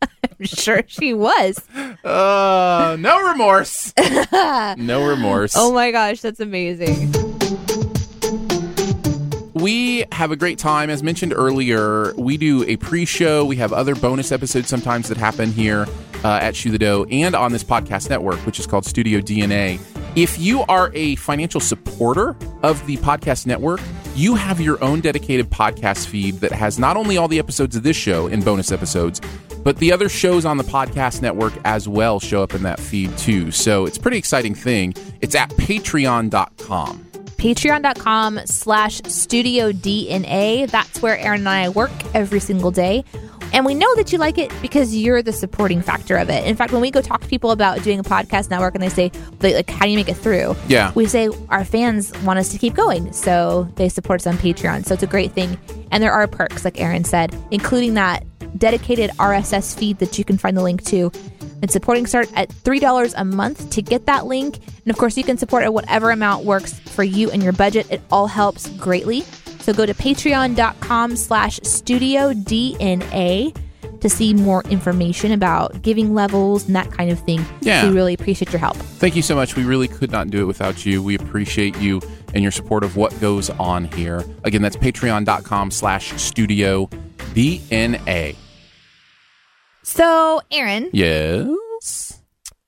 [SPEAKER 1] I'm sure she was.
[SPEAKER 4] Uh, no remorse. no remorse.
[SPEAKER 1] Oh my gosh, that's amazing.
[SPEAKER 4] We have a great time. As mentioned earlier, we do a pre show. We have other bonus episodes sometimes that happen here uh, at Shoe the Dough and on this podcast network, which is called Studio DNA. If you are a financial supporter of the podcast network, you have your own dedicated podcast feed that has not only all the episodes of this show and bonus episodes, but the other shows on the podcast network as well show up in that feed too. So it's a pretty exciting thing. It's at patreon.com.
[SPEAKER 1] Patreon.com slash studio DNA. That's where Aaron and I work every single day. And we know that you like it because you're the supporting factor of it. In fact, when we go talk to people about doing a podcast network and they say, they, like, how do you make it through?
[SPEAKER 4] Yeah.
[SPEAKER 1] We say our fans want us to keep going. So they support us on Patreon. So it's a great thing. And there are perks, like Aaron said, including that dedicated RSS feed that you can find the link to. And supporting start at $3 a month to get that link. And of course, you can support at whatever amount works for you and your budget. It all helps greatly. So go to patreon.com slash studio DNA to see more information about giving levels and that kind of thing.
[SPEAKER 4] Yeah.
[SPEAKER 1] We really appreciate your help.
[SPEAKER 4] Thank you so much. We really could not do it without you. We appreciate you and your support of what goes on here. Again, that's patreon.com slash studio DNA.
[SPEAKER 1] So, Aaron,
[SPEAKER 4] Yes.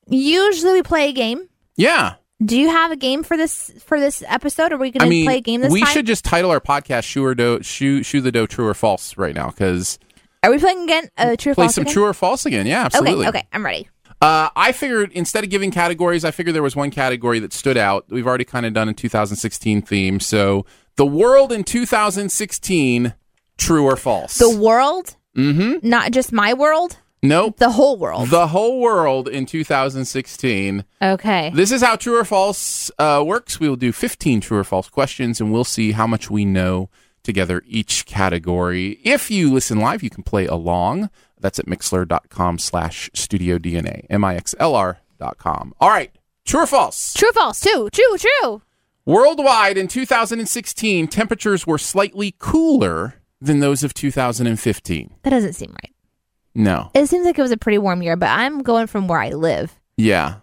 [SPEAKER 1] usually we play a game.
[SPEAKER 4] Yeah.
[SPEAKER 1] Do you have a game for this for this episode? Are we going
[SPEAKER 4] I
[SPEAKER 1] to
[SPEAKER 4] mean,
[SPEAKER 1] play a game this
[SPEAKER 4] we
[SPEAKER 1] time?
[SPEAKER 4] should just title our podcast "Shoe or Do Shoe Shoe the Dough True or False" right now because
[SPEAKER 1] Are we playing again? Uh, true or
[SPEAKER 4] play
[SPEAKER 1] false?
[SPEAKER 4] some
[SPEAKER 1] again?
[SPEAKER 4] true or false again. Yeah, absolutely.
[SPEAKER 1] Okay, okay, I'm ready.
[SPEAKER 4] Uh, I figured instead of giving categories, I figured there was one category that stood out. We've already kind of done a 2016 theme, so the world in 2016, true or false?
[SPEAKER 1] The world,
[SPEAKER 4] mm-hmm.
[SPEAKER 1] not just my world,
[SPEAKER 4] Nope.
[SPEAKER 1] the whole world.
[SPEAKER 4] The whole world in 2016.
[SPEAKER 1] okay.
[SPEAKER 4] This is how true or false uh, works. We will do 15 true or false questions and we'll see how much we know together each category. If you listen live, you can play along. That's at mixler.com slash studio DNA, M-I-X-L-R dot com. All right. True or false?
[SPEAKER 1] True or false? Two. True, true.
[SPEAKER 4] Worldwide in 2016, temperatures were slightly cooler than those of 2015.
[SPEAKER 1] That doesn't seem right.
[SPEAKER 4] No.
[SPEAKER 1] It seems like it was a pretty warm year, but I'm going from where I live.
[SPEAKER 4] Yeah.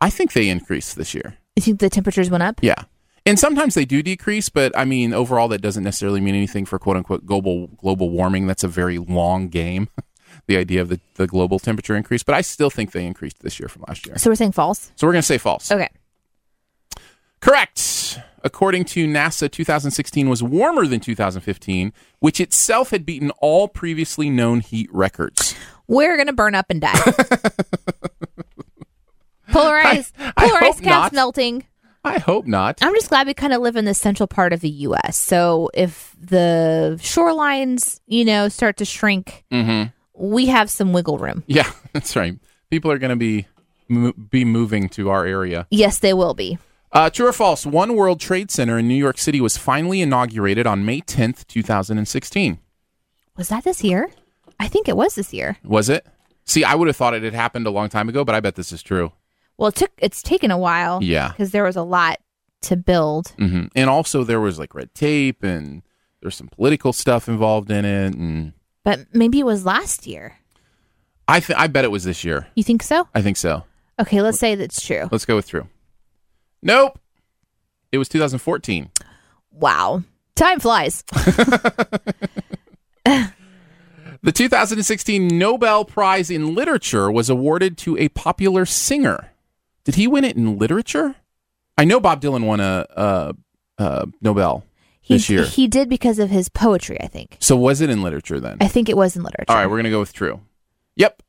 [SPEAKER 4] I think they increased this year.
[SPEAKER 1] You think the temperatures went up?
[SPEAKER 4] Yeah. And sometimes they do decrease, but I mean, overall, that doesn't necessarily mean anything for quote unquote global global warming. That's a very long game, the idea of the, the global temperature increase. But I still think they increased this year from last year.
[SPEAKER 1] So we're saying false?
[SPEAKER 4] So we're going to say false.
[SPEAKER 1] Okay.
[SPEAKER 4] Correct. According to NASA, 2016 was warmer than 2015, which itself had beaten all previously known heat records.
[SPEAKER 1] We're going to burn up and die. Polarized,
[SPEAKER 4] I- I
[SPEAKER 1] polarized
[SPEAKER 4] hope
[SPEAKER 1] caps
[SPEAKER 4] not.
[SPEAKER 1] melting.
[SPEAKER 4] I hope not.
[SPEAKER 1] I'm just glad we kind of live in the central part of the U.S. So if the shorelines, you know, start to shrink,
[SPEAKER 4] Mm-hmm.
[SPEAKER 1] we have some wiggle room.
[SPEAKER 4] Yeah, that's right. People are going to be mo- be moving to our area.
[SPEAKER 1] Yes, they will be.
[SPEAKER 4] Uh, true or false? One World Trade Center in New York City was finally inaugurated on May 10th, 2016.
[SPEAKER 1] Was that this year? I think it was this year.
[SPEAKER 4] Was it? See, I would have thought it had happened a long time ago, but I bet this is true.
[SPEAKER 1] Well, it took it's taken a while.
[SPEAKER 4] Yeah.
[SPEAKER 1] because there was a lot to build.
[SPEAKER 4] hmm And also, there was like red tape and there's some political stuff involved in it. And
[SPEAKER 1] But maybe it was last year.
[SPEAKER 4] I, th- I bet it was this year.
[SPEAKER 1] You think so?
[SPEAKER 4] I think so.
[SPEAKER 1] Okay, let's say that's true.
[SPEAKER 4] Let's go with true. Nope. It was 2014.
[SPEAKER 1] Wow, time flies.
[SPEAKER 4] The 2016 Nobel Prize in Literature was awarded to a popular singer. Did he win it in literature? I know Bob Dylan won a, a, a Nobel
[SPEAKER 1] He,
[SPEAKER 4] this year.
[SPEAKER 1] he did because of his poetry. I think.
[SPEAKER 4] So was it in literature then?
[SPEAKER 1] I think it was in literature.
[SPEAKER 4] All right, we're going to go with true. Yep.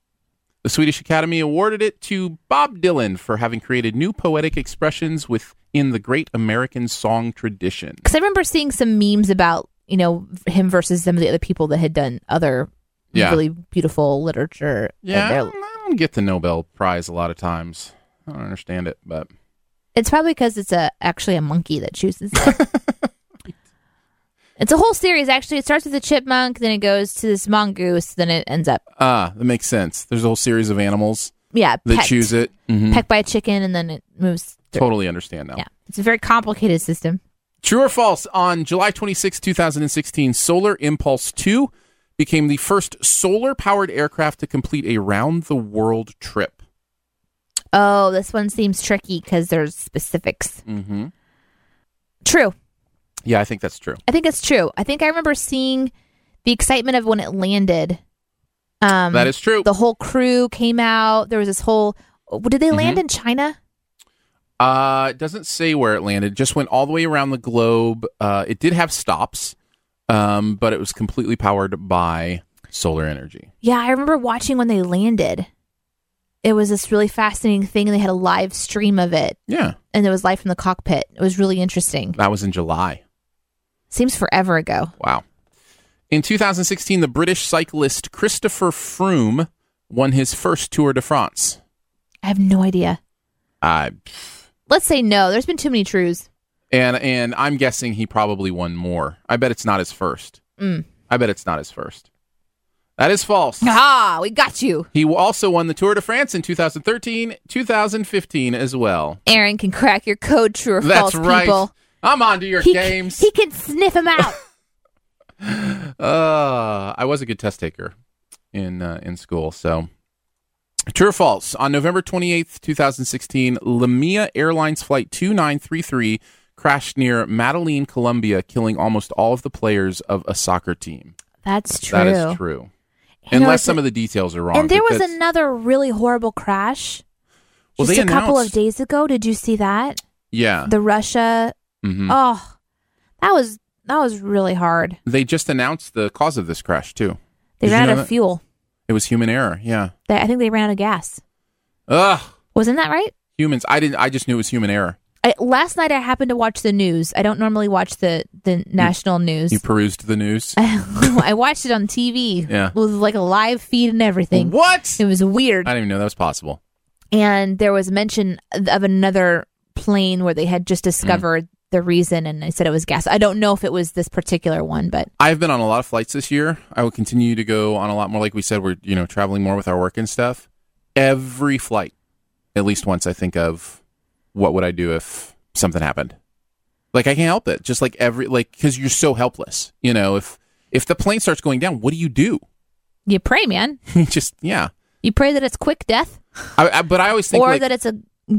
[SPEAKER 4] The Swedish Academy awarded it to Bob Dylan for having created new poetic expressions within the great American song tradition.
[SPEAKER 1] Because I remember seeing some memes about you know him versus some of the other people that had done other
[SPEAKER 4] Yeah.
[SPEAKER 1] really beautiful literature. and
[SPEAKER 4] Yeah, I
[SPEAKER 1] they're-
[SPEAKER 4] don't, I don't get the Nobel Prize a lot of times. I don't understand it, but
[SPEAKER 1] It's probably because it's a actually a monkey that chooses it. it's a whole series. Actually, it starts with a chipmunk, then it goes to this mongoose, then it ends up
[SPEAKER 4] ah, that makes sense. There's a whole series of animals
[SPEAKER 1] yeah
[SPEAKER 4] They
[SPEAKER 1] pecked.
[SPEAKER 4] choose it. Mhm.
[SPEAKER 1] pecked by a chicken, and then it moves. Through.
[SPEAKER 4] Totally understand now.
[SPEAKER 1] Yeah, it's a very complicated system.
[SPEAKER 4] True or false? On July 26, 2016, Solar Impulse 2 became the first solar powered aircraft to complete a round the world trip.
[SPEAKER 1] Oh, this one seems tricky because there's specifics.
[SPEAKER 4] Mm-hmm.
[SPEAKER 1] True.
[SPEAKER 4] Yeah, I think that's true.
[SPEAKER 1] I think it's true. I think I remember seeing the excitement of when it landed. Um,
[SPEAKER 4] that is true.
[SPEAKER 1] the whole crew came out. There was this whole. Did they
[SPEAKER 4] Mm-hmm.
[SPEAKER 1] land in China?
[SPEAKER 4] uh, it doesn't say where it landed, It just went all the way around the globe. Uh, it did have stops, um, but it was completely powered by solar energy.
[SPEAKER 1] Yeah, I remember watching when they landed. It was this really fascinating thing, and they had a live stream of it,
[SPEAKER 4] Yeah,
[SPEAKER 1] and there was live from the cockpit. It was really interesting.
[SPEAKER 4] that was in July.
[SPEAKER 1] Seems forever ago.
[SPEAKER 4] Wow. In 2016, the British cyclist Christopher Froome won his first Tour de France.
[SPEAKER 1] I have no idea.
[SPEAKER 4] Uh,
[SPEAKER 1] Let's say no. There's been too many trues.
[SPEAKER 4] and and I'm guessing he probably won more. I bet it's not his first.
[SPEAKER 1] Mm.
[SPEAKER 4] I bet it's not his first. That is false.
[SPEAKER 1] Ah, we got you.
[SPEAKER 4] He also won the Tour de France in 2013, 2015 as well.
[SPEAKER 1] Aaron can crack your code, true or
[SPEAKER 4] That's
[SPEAKER 1] false,
[SPEAKER 4] right.
[SPEAKER 1] people.
[SPEAKER 4] I'm on to your
[SPEAKER 1] He,
[SPEAKER 4] games.
[SPEAKER 1] he can sniff him out.
[SPEAKER 4] Uh, I was a good test taker in uh, in school. So, true or false? On November twenty eighth, two thousand sixteen, Lamia Airlines flight two nine three three crashed near Medellin, Colombia, killing almost all of the players of a soccer team.
[SPEAKER 1] That's true.
[SPEAKER 4] That is true,
[SPEAKER 1] And there
[SPEAKER 4] unless
[SPEAKER 1] was
[SPEAKER 4] some
[SPEAKER 1] a-
[SPEAKER 4] of the details are wrong.
[SPEAKER 1] And there
[SPEAKER 4] but
[SPEAKER 1] was
[SPEAKER 4] that's-
[SPEAKER 1] another really horrible crash
[SPEAKER 4] Well,
[SPEAKER 1] just
[SPEAKER 4] they
[SPEAKER 1] a couple of
[SPEAKER 4] announced-
[SPEAKER 1] days ago. Did you see that?
[SPEAKER 4] Yeah,
[SPEAKER 1] The Russia.
[SPEAKER 4] mhm.
[SPEAKER 1] Oh, that was that was really hard.
[SPEAKER 4] they just announced the cause of this crash too.
[SPEAKER 1] They
[SPEAKER 4] Did you
[SPEAKER 1] ran
[SPEAKER 4] know
[SPEAKER 1] out of
[SPEAKER 4] that?
[SPEAKER 1] fuel.
[SPEAKER 4] It was human error. Yeah.
[SPEAKER 1] They, I think they ran out of gas.
[SPEAKER 4] Ugh,
[SPEAKER 1] Wasn't that right?
[SPEAKER 4] humans. I didn't. I just knew it was human error.
[SPEAKER 1] I, last night I happened to watch the news. I don't normally watch the the national news.
[SPEAKER 4] You perused the news.
[SPEAKER 1] I watched it on TV.
[SPEAKER 4] Yeah.
[SPEAKER 1] With like a live feed and everything.
[SPEAKER 4] What?
[SPEAKER 1] It was weird.
[SPEAKER 4] I didn't even know that was possible.
[SPEAKER 1] and there was mention of another plane where they had just
[SPEAKER 4] Mm.
[SPEAKER 1] discovered the reason and they said it was gas. I don't know if it was this particular one, but
[SPEAKER 4] I've been on a lot of flights this year. I will continue to go on a lot more. Like we said, we're you know traveling more with our work and stuff. Every flight, at least once, I think of what would I do if something happened. Like I can't help it. Just like every like because you're so helpless. You know if if the plane starts going down, what do you do?
[SPEAKER 1] you pray, man.
[SPEAKER 4] You Just yeah.
[SPEAKER 1] You pray that it's quick death
[SPEAKER 4] I, I, but I always think
[SPEAKER 1] or
[SPEAKER 4] like,
[SPEAKER 1] that it's a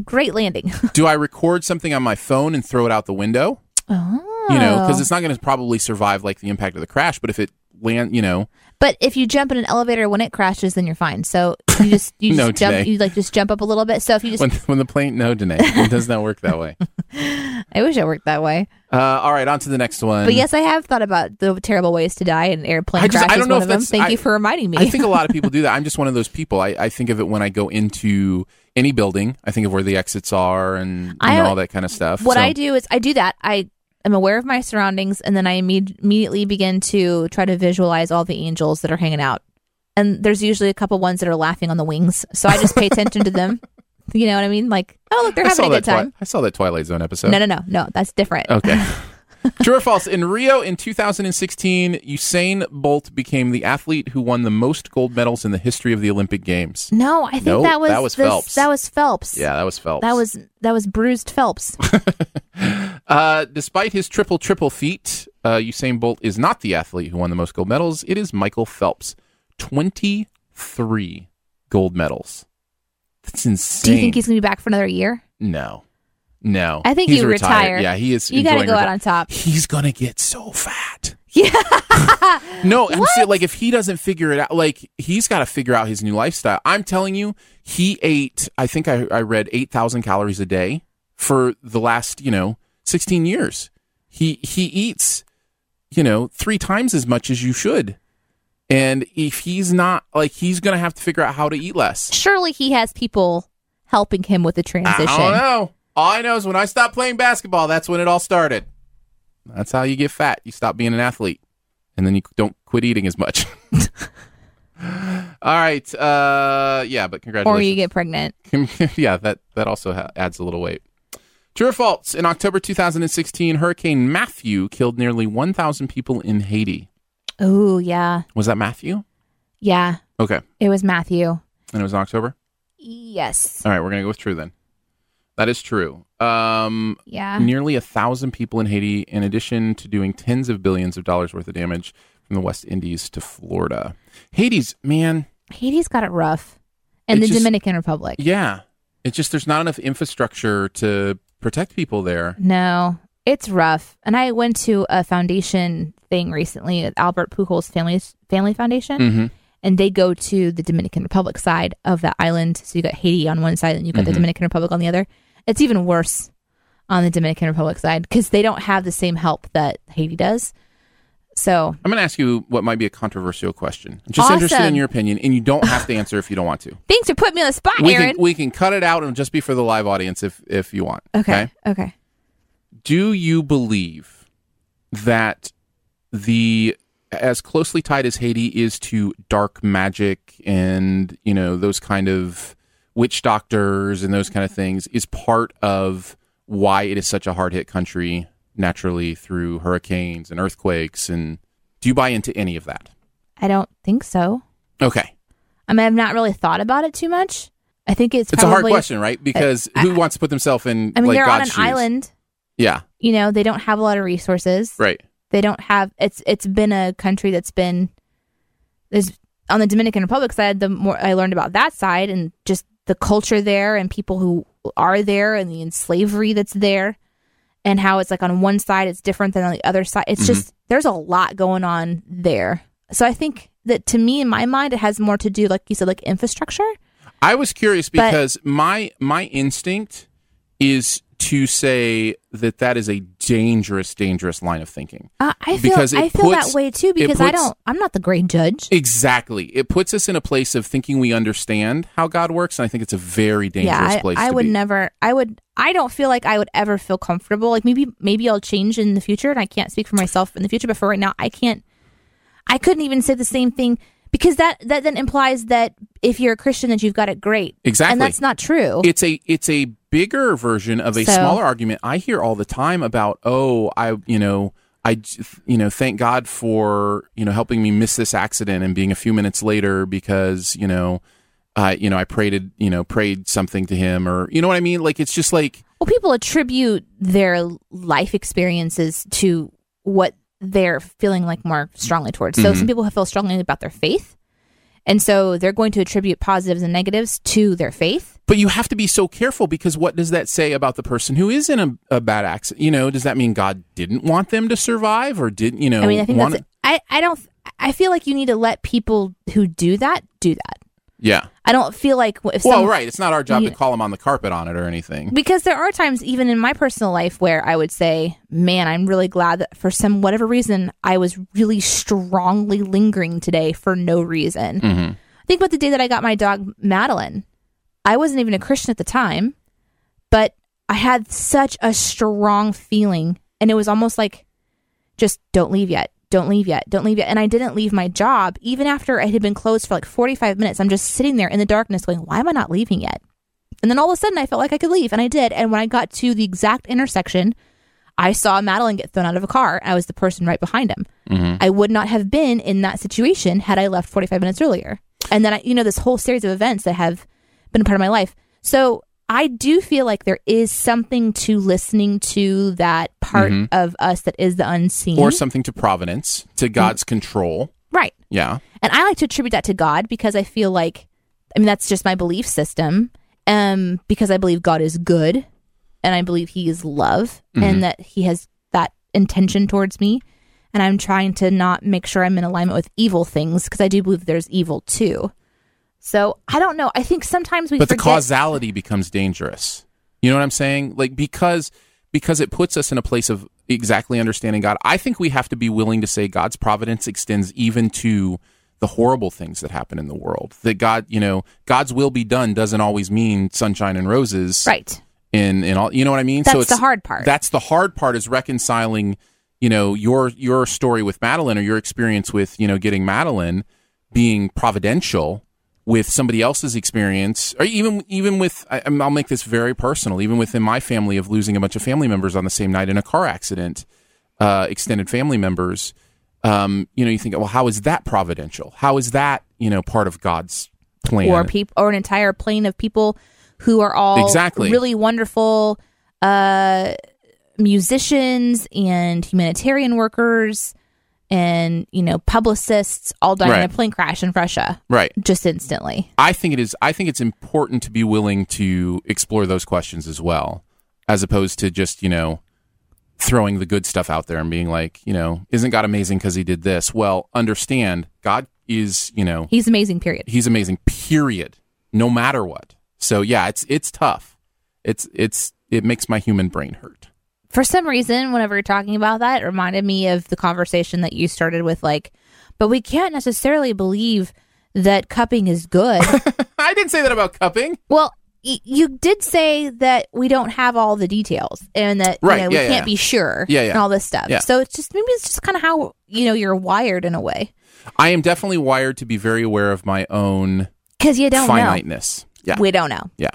[SPEAKER 1] great landing.
[SPEAKER 4] do I record something on my phone and throw it out the window?
[SPEAKER 1] oh.
[SPEAKER 4] You know because it's not going to probably survive like the impact of the crash. But if it land, you know
[SPEAKER 1] But if you jump in an elevator when it crashes, then you're fine. So you just you just
[SPEAKER 4] No,
[SPEAKER 1] jump
[SPEAKER 4] today.
[SPEAKER 1] you like just jump up a little bit. So if you just
[SPEAKER 4] when when the plane no, Danae, it does not work that way.
[SPEAKER 1] I wish it worked that way.
[SPEAKER 4] Uh, all right, on to the next one.
[SPEAKER 1] But yes, I have thought about the terrible ways to die and airplane
[SPEAKER 4] I just- I
[SPEAKER 1] crash is
[SPEAKER 4] don't know
[SPEAKER 1] one
[SPEAKER 4] if
[SPEAKER 1] of them.
[SPEAKER 4] that's-
[SPEAKER 1] Thank
[SPEAKER 4] I-
[SPEAKER 1] you for reminding me.
[SPEAKER 4] I think a lot of people do that. I'm just one of those people. I, I think of it when I go into any building. I think of where the exits are and you
[SPEAKER 1] I-
[SPEAKER 4] know, all that kind of stuff.
[SPEAKER 1] what
[SPEAKER 4] So-
[SPEAKER 1] I do is I do that. I am aware of my surroundings, and then I imme- immediately begin to try to visualize all the angels that are hanging out. And there's usually a couple ones that are laughing on the wings, so I just pay attention to them. You know what I mean? Like, oh look, they're
[SPEAKER 4] I
[SPEAKER 1] having
[SPEAKER 4] saw
[SPEAKER 1] a good
[SPEAKER 4] that Twi-
[SPEAKER 1] time.
[SPEAKER 4] I saw that Twilight Zone episode.
[SPEAKER 1] No, no, no, no. That's different.
[SPEAKER 4] Okay. True or false? In Rio in 2016, Usain Bolt became the athlete who won the most gold medals in the history of the Olympic Games.
[SPEAKER 1] No, I think
[SPEAKER 4] No,
[SPEAKER 1] that was
[SPEAKER 4] that was
[SPEAKER 1] this-
[SPEAKER 4] Phelps.
[SPEAKER 1] That was Phelps.
[SPEAKER 4] Yeah, that was Phelps.
[SPEAKER 1] That was that was bruised Phelps.
[SPEAKER 4] Uh, despite his triple triple feat, uh, Usain Bolt is not the athlete who won the most gold medals. It is Michael Phelps, twenty three gold medals. That's insane.
[SPEAKER 1] Do you think he's gonna be back for another year?
[SPEAKER 4] no, no?
[SPEAKER 1] I think
[SPEAKER 4] he's
[SPEAKER 1] you
[SPEAKER 4] retired.
[SPEAKER 1] retire.
[SPEAKER 4] Yeah, he is.
[SPEAKER 1] You gotta
[SPEAKER 4] enjoying
[SPEAKER 1] go out
[SPEAKER 4] reti-
[SPEAKER 1] on top.
[SPEAKER 4] He's gonna get so fat.
[SPEAKER 1] Yeah.
[SPEAKER 4] No, I'm saying like if he doesn't figure it out, like he's got to figure out his new lifestyle. I'm telling you, he ate. I think I, I read eight thousand calories a day for the last you know sixteen years. He he eats you know three times as much as you should, and if he's not like he's gonna have to figure out how to eat less.
[SPEAKER 1] Surely he has people helping him with the transition.
[SPEAKER 4] I don't know. All I know is when I stopped playing basketball, that's when it all started. That's how you get fat. You stop being an athlete, and then you don't quit eating as much. all right. Uh, yeah, but
[SPEAKER 1] Or you
[SPEAKER 4] congratulations.
[SPEAKER 1] get pregnant.
[SPEAKER 4] yeah, that that also ha- adds a little weight. True or false? In October 2016, Hurricane Matthew killed nearly 1,000 people in Haiti.
[SPEAKER 1] Oh yeah,
[SPEAKER 4] Was that Matthew?
[SPEAKER 1] yeah.
[SPEAKER 4] Okay,
[SPEAKER 1] It was Matthew.
[SPEAKER 4] and it was in October.
[SPEAKER 1] Yes.
[SPEAKER 4] All right, we're gonna go with true then. That is true. Um,
[SPEAKER 1] Yeah.
[SPEAKER 4] nearly a thousand people in Haiti, in addition to doing tens of billions of dollars worth of damage from the West Indies to Florida. Haiti's, man,
[SPEAKER 1] Haiti's got it rough, and
[SPEAKER 4] It
[SPEAKER 1] the
[SPEAKER 4] just-
[SPEAKER 1] Dominican Republic.
[SPEAKER 4] yeah. It's just there's not enough infrastructure to protect people there.
[SPEAKER 1] No, it's rough. And I went to a foundation thing recently at Albert Pujols Family Family Foundation,
[SPEAKER 4] Mhm.
[SPEAKER 1] and they go to the Dominican Republic side of the island. So you got Haiti on one side, and you
[SPEAKER 4] Mm-hmm.
[SPEAKER 1] got the Dominican Republic on the other. It's even worse on the Dominican Republic side because they don't have the same help that Haiti does. So
[SPEAKER 4] I'm going to ask you what might be a controversial question. I'm just interested in
[SPEAKER 1] Awesome.
[SPEAKER 4] your opinion, and you don't have to answer if you don't want to.
[SPEAKER 1] thanks for putting me on the spot,
[SPEAKER 4] We
[SPEAKER 1] Aaron.
[SPEAKER 4] can we can cut it out and just be for the live audience if if you want.
[SPEAKER 1] okay. Okay.
[SPEAKER 4] do you believe that the as closely tied as Haiti is to dark magic and you know those kind of witch doctors and those kind of things is part of why it is such a hard hit country naturally through hurricanes and earthquakes and do you buy into any of that?
[SPEAKER 1] I don't think so.
[SPEAKER 4] Okay.
[SPEAKER 1] I mean, I've not really thought about it too much. I think it's
[SPEAKER 4] It's a hard
[SPEAKER 1] probably-
[SPEAKER 4] question, right? Because who wants to put themselves in
[SPEAKER 1] I mean,
[SPEAKER 4] like
[SPEAKER 1] they're on an
[SPEAKER 4] God's shoes?
[SPEAKER 1] island.
[SPEAKER 4] Yeah,
[SPEAKER 1] You know, they don't have a lot of resources.
[SPEAKER 4] right.
[SPEAKER 1] They don't have. It's it's been a country that's been there's on the Dominican Republic side. The more I learned about that side and just the culture there and people who are there and the slavery that's there and how it's like on one side it's different than on the other side.
[SPEAKER 4] Mm-hmm.
[SPEAKER 1] It's just there's a lot going on there. So I think that to me in my mind it has more to do like you said like infrastructure.
[SPEAKER 4] I was curious
[SPEAKER 1] But-
[SPEAKER 4] because my my instinct is to say that that is a dangerous, dangerous line of thinking.
[SPEAKER 1] Uh, I feel
[SPEAKER 4] Because it
[SPEAKER 1] I feel that
[SPEAKER 4] puts-
[SPEAKER 1] way too
[SPEAKER 4] it
[SPEAKER 1] because I
[SPEAKER 4] puts-
[SPEAKER 1] don't I'm not the great judge.
[SPEAKER 4] Exactly. It puts us in a place of thinking we understand how God works, and I think it's a very dangerous
[SPEAKER 1] yeah, I,
[SPEAKER 4] place.
[SPEAKER 1] I
[SPEAKER 4] to
[SPEAKER 1] would
[SPEAKER 4] be.
[SPEAKER 1] never. I would. I don't feel like I would ever feel comfortable. Like maybe maybe I'll change in the future, and I can't speak for myself in the future. But for right now, I can't. I couldn't even say the same thing because that that then implies that if you're a Christian, that you've got it great.
[SPEAKER 4] Exactly.
[SPEAKER 1] and that's not true.
[SPEAKER 4] It's a it's a bigger version of a
[SPEAKER 1] So-
[SPEAKER 4] smaller argument I hear all the time about oh I you know I j- you know thank God for you know helping me miss this accident and being a few minutes later because you know I you know I prayed you know prayed something to him or you know what I mean like it's just like
[SPEAKER 1] well, people attribute their life experiences to what they're feeling like more strongly towards. So
[SPEAKER 4] Mm-hmm.
[SPEAKER 1] some people feel strongly about their faith, and so they're going to attribute positives and negatives to their faith.
[SPEAKER 4] but you have to be so careful because what does that say about the person who is in a, a bad accident you know does that mean God didn't want them to survive or didn't you know
[SPEAKER 1] I mean, I think
[SPEAKER 4] want
[SPEAKER 1] that's. I I don't. I feel like you need to let people who do that do that.
[SPEAKER 4] yeah
[SPEAKER 1] I don't feel like if some,
[SPEAKER 4] well right it's not our job
[SPEAKER 1] you-
[SPEAKER 4] to call them on the carpet on it or anything
[SPEAKER 1] because there are times even in my personal life where I would say, "Man, I'm really glad that for some whatever reason I was really strongly lingering today for no reason." Think about the day that I got my dog Madeline. I wasn't even a Christian at the time, but I had such a strong feeling, and it was almost like just don't leave yet. Don't leave yet. Don't leave yet. And I didn't leave my job even after it had been closed for like 45 minutes. I'm just sitting there in the darkness going, why am I not leaving yet? And then all of a sudden I felt like I could leave and I did. And when I got to the exact intersection, I saw Madeline get thrown out of a car. I was the person right behind him. I would not have been in that situation had I left 45 minutes earlier. And then, I, you know, this whole series of events that have been a part of my life. So I do feel like there is something to listening to that part of us that is the unseen.
[SPEAKER 4] or something to providence,
[SPEAKER 1] Mm-hmm.
[SPEAKER 4] to God's control.
[SPEAKER 1] Right.
[SPEAKER 4] Yeah.
[SPEAKER 1] And I like to attribute that to God because I feel like, I mean, that's just my belief system. Um, because I believe God is good and I believe He is love
[SPEAKER 4] Mm-hmm.
[SPEAKER 1] and that He has that intention towards me. And I'm trying to not make sure I'm in alignment with evil things because I do believe there's evil too. So I don't know. I think sometimes we
[SPEAKER 4] But the
[SPEAKER 1] forget.
[SPEAKER 4] causality becomes dangerous. You know what I'm saying? Like because because it puts us in a place of exactly understanding God. I think we have to be willing to say God's providence extends even to the horrible things that happen in the world. That God, you know, God's will be done doesn't always mean sunshine and roses.
[SPEAKER 1] right.
[SPEAKER 4] in in all you know what I mean?
[SPEAKER 1] That's the hard part.
[SPEAKER 4] That's the hard part is reconciling, you know, your your story with Madeline or your experience with, you know, getting Madeline being providential with somebody else's experience or even even with I, I'm- I'll make this very personal, even within my family of losing a bunch of family members on the same night in a car accident, uh, extended family members, um, you know, you think, well, how is that providential? How is that, you know, part of God's plan?
[SPEAKER 1] Or people, or an entire plane of people who are all
[SPEAKER 4] Exactly.
[SPEAKER 1] really wonderful uh, musicians and humanitarian workers and you know publicists all died in a
[SPEAKER 4] Right.
[SPEAKER 1] plane crash in Russia
[SPEAKER 4] right.
[SPEAKER 1] just instantly.
[SPEAKER 4] I think it is. I think it's important to be willing to explore those questions as well, as opposed to just you know throwing the good stuff out there and being like, you know, isn't God amazing because He did this? Well, understand God is you know
[SPEAKER 1] He's amazing. Period.
[SPEAKER 4] He's amazing. Period. No matter what. So yeah, it's it's tough. It's it's it makes my human brain hurt.
[SPEAKER 1] For some reason, whenever you're talking about that, it reminded me of the conversation that you started with, like, but we can't necessarily believe that cupping is good.
[SPEAKER 4] I didn't say that about cupping.
[SPEAKER 1] Well, y- you did say that we don't have all the details and that
[SPEAKER 4] Right,
[SPEAKER 1] you know, we
[SPEAKER 4] yeah, yeah,
[SPEAKER 1] can't
[SPEAKER 4] yeah.
[SPEAKER 1] be sure
[SPEAKER 4] Yeah, yeah.
[SPEAKER 1] and all this stuff.
[SPEAKER 4] Yeah.
[SPEAKER 1] So it's just maybe it's just kind of how you know you're wired in a way
[SPEAKER 4] I am definitely wired to be very aware of my own
[SPEAKER 1] because you don't know.
[SPEAKER 4] finiteness. Yeah.
[SPEAKER 1] We don't know.
[SPEAKER 4] Yeah.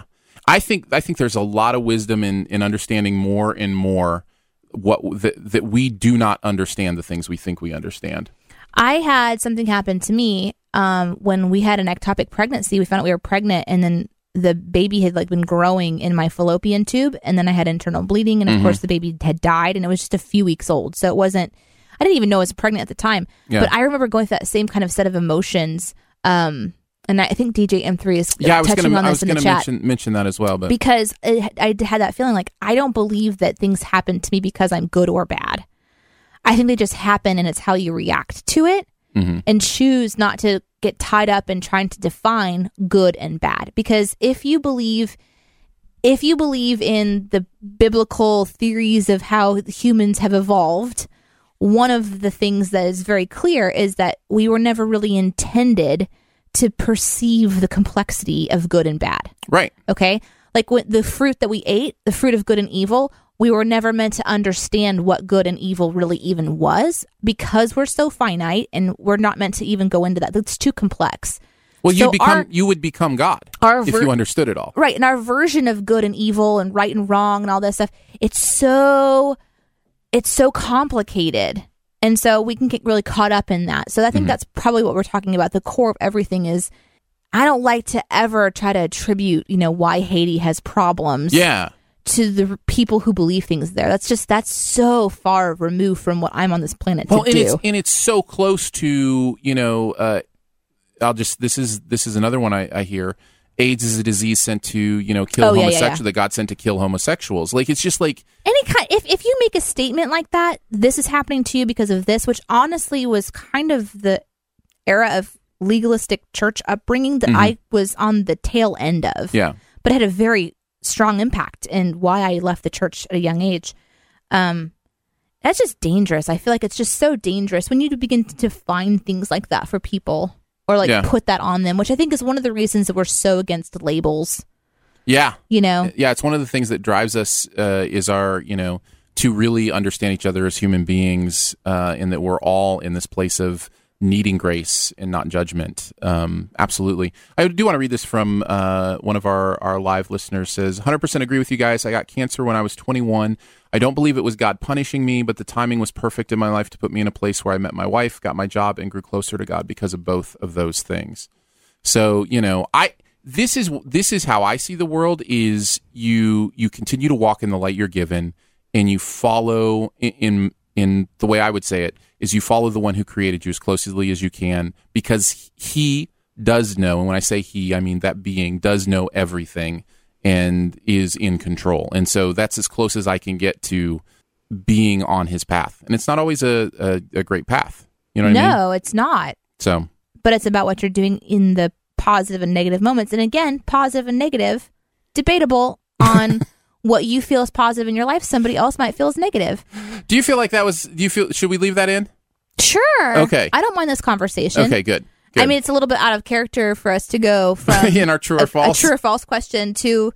[SPEAKER 4] I think I think there's a lot of wisdom in in understanding more and more what that, that we do not understand the things we think we understand.
[SPEAKER 1] I had something happen to me um, when we had an ectopic pregnancy. We found out we were pregnant, and then the baby had like been growing in my fallopian tube, and then I had internal bleeding, and
[SPEAKER 4] Mm-hmm.
[SPEAKER 1] of course the baby had died, and it was just a few weeks old, so it wasn't. I didn't even know I was pregnant at the time,
[SPEAKER 4] Yeah.
[SPEAKER 1] but I remember going through that same kind of set of emotions. Um, and I I think DJ M3 is
[SPEAKER 4] Yeah, I was
[SPEAKER 1] touching
[SPEAKER 4] gonna
[SPEAKER 1] on
[SPEAKER 4] I
[SPEAKER 1] this
[SPEAKER 4] was
[SPEAKER 1] in
[SPEAKER 4] gonna
[SPEAKER 1] the chat
[SPEAKER 4] mention mention that as well, but
[SPEAKER 1] because it, I had that feeling like I don't believe that things happen to me because I'm good or bad. I think they just happen, and it's how you react to it and choose not to get tied up in trying to define good and bad. Because if you believe, if you believe in the biblical theories of how humans have evolved, one of the things that is very clear is that we were never really intended to perceive the complexity of good and bad.
[SPEAKER 4] right.
[SPEAKER 1] Okay. Like when the fruit that we ate, the fruit of good and evil, we were never meant to understand what good and evil really even was because we're so finite and we're not meant to even go into that. That's too complex.
[SPEAKER 4] Well, you
[SPEAKER 1] So
[SPEAKER 4] would become
[SPEAKER 1] our-
[SPEAKER 4] you would become God
[SPEAKER 1] our
[SPEAKER 4] if
[SPEAKER 1] ver-
[SPEAKER 4] you understood it all.
[SPEAKER 1] Right. And our version of good and evil and right and wrong and all this stuff, it's so it's so complicated. And so we can get really caught up in that. So I
[SPEAKER 4] Mm-hmm.
[SPEAKER 1] think that's probably what we're talking about. The core of everything is I don't like to ever try to attribute, you know, why Haiti has problems
[SPEAKER 4] Yeah,
[SPEAKER 1] to the r- people who believe things there. That's just that's so far removed from what I'm on this planet
[SPEAKER 4] well,
[SPEAKER 1] to
[SPEAKER 4] and it's
[SPEAKER 1] do.
[SPEAKER 4] and it's so close to you know. Uh, I'll just this is this is another one I, I hear. AIDS is a disease sent to you know kill
[SPEAKER 1] Oh, yeah, yeah,
[SPEAKER 4] homosexuals
[SPEAKER 1] yeah.
[SPEAKER 4] that God sent to kill homosexuals. Like it's just like
[SPEAKER 1] Any kind if if you make a statement like that, this is happening to you because of this, which honestly was kind of the era of legalistic church upbringing that I was on the tail end of.
[SPEAKER 4] Mm-hmm. yeah,
[SPEAKER 1] but it had a very strong impact in why I left the church at a young age. Um, that's just dangerous. I feel like it's just so dangerous when you begin to define things like that for people or like
[SPEAKER 4] Yeah.
[SPEAKER 1] put that on them, which I think is one of the reasons that we're so against labels,
[SPEAKER 4] yeah,
[SPEAKER 1] you know?
[SPEAKER 4] yeah. It's one of the things that drives us uh, is our you know to really understand each other as human beings, uh, and that we're all in this place of needing grace and not judgment. Um, absolutely. I do want to read this from uh, one of our, our live listeners says, 100% agree with you guys. I got cancer when I was 21. I don't believe it was God punishing me, but the timing was perfect in my life to put me in a place where I met my wife, got my job, and grew closer to God because of both of those things. So, you know, I this is this is how I see the world is you you continue to walk in the light you're given and you follow in- in in the way I would say it is you follow the one who created you as closely as you can because he does know and when I say he I mean that being does know everything and is in control. And so that's as close as I can get to being on his path. And it's not always a a, a great path. You know what I mean?
[SPEAKER 1] no, it's not.
[SPEAKER 4] So
[SPEAKER 1] But it's about what you're doing in the positive and negative moments. And again, positive and negative, debatable on what you feel is positive in your life, somebody else might feel is negative.
[SPEAKER 4] Do you feel like that was? Do you feel? Should we leave that in?
[SPEAKER 1] Sure.
[SPEAKER 4] Okay.
[SPEAKER 1] I don't mind this conversation.
[SPEAKER 4] Okay, good. good.
[SPEAKER 1] I mean, it's a little bit out of character for us to go from
[SPEAKER 4] in our true
[SPEAKER 1] a,
[SPEAKER 4] or false,
[SPEAKER 1] a true or false question to,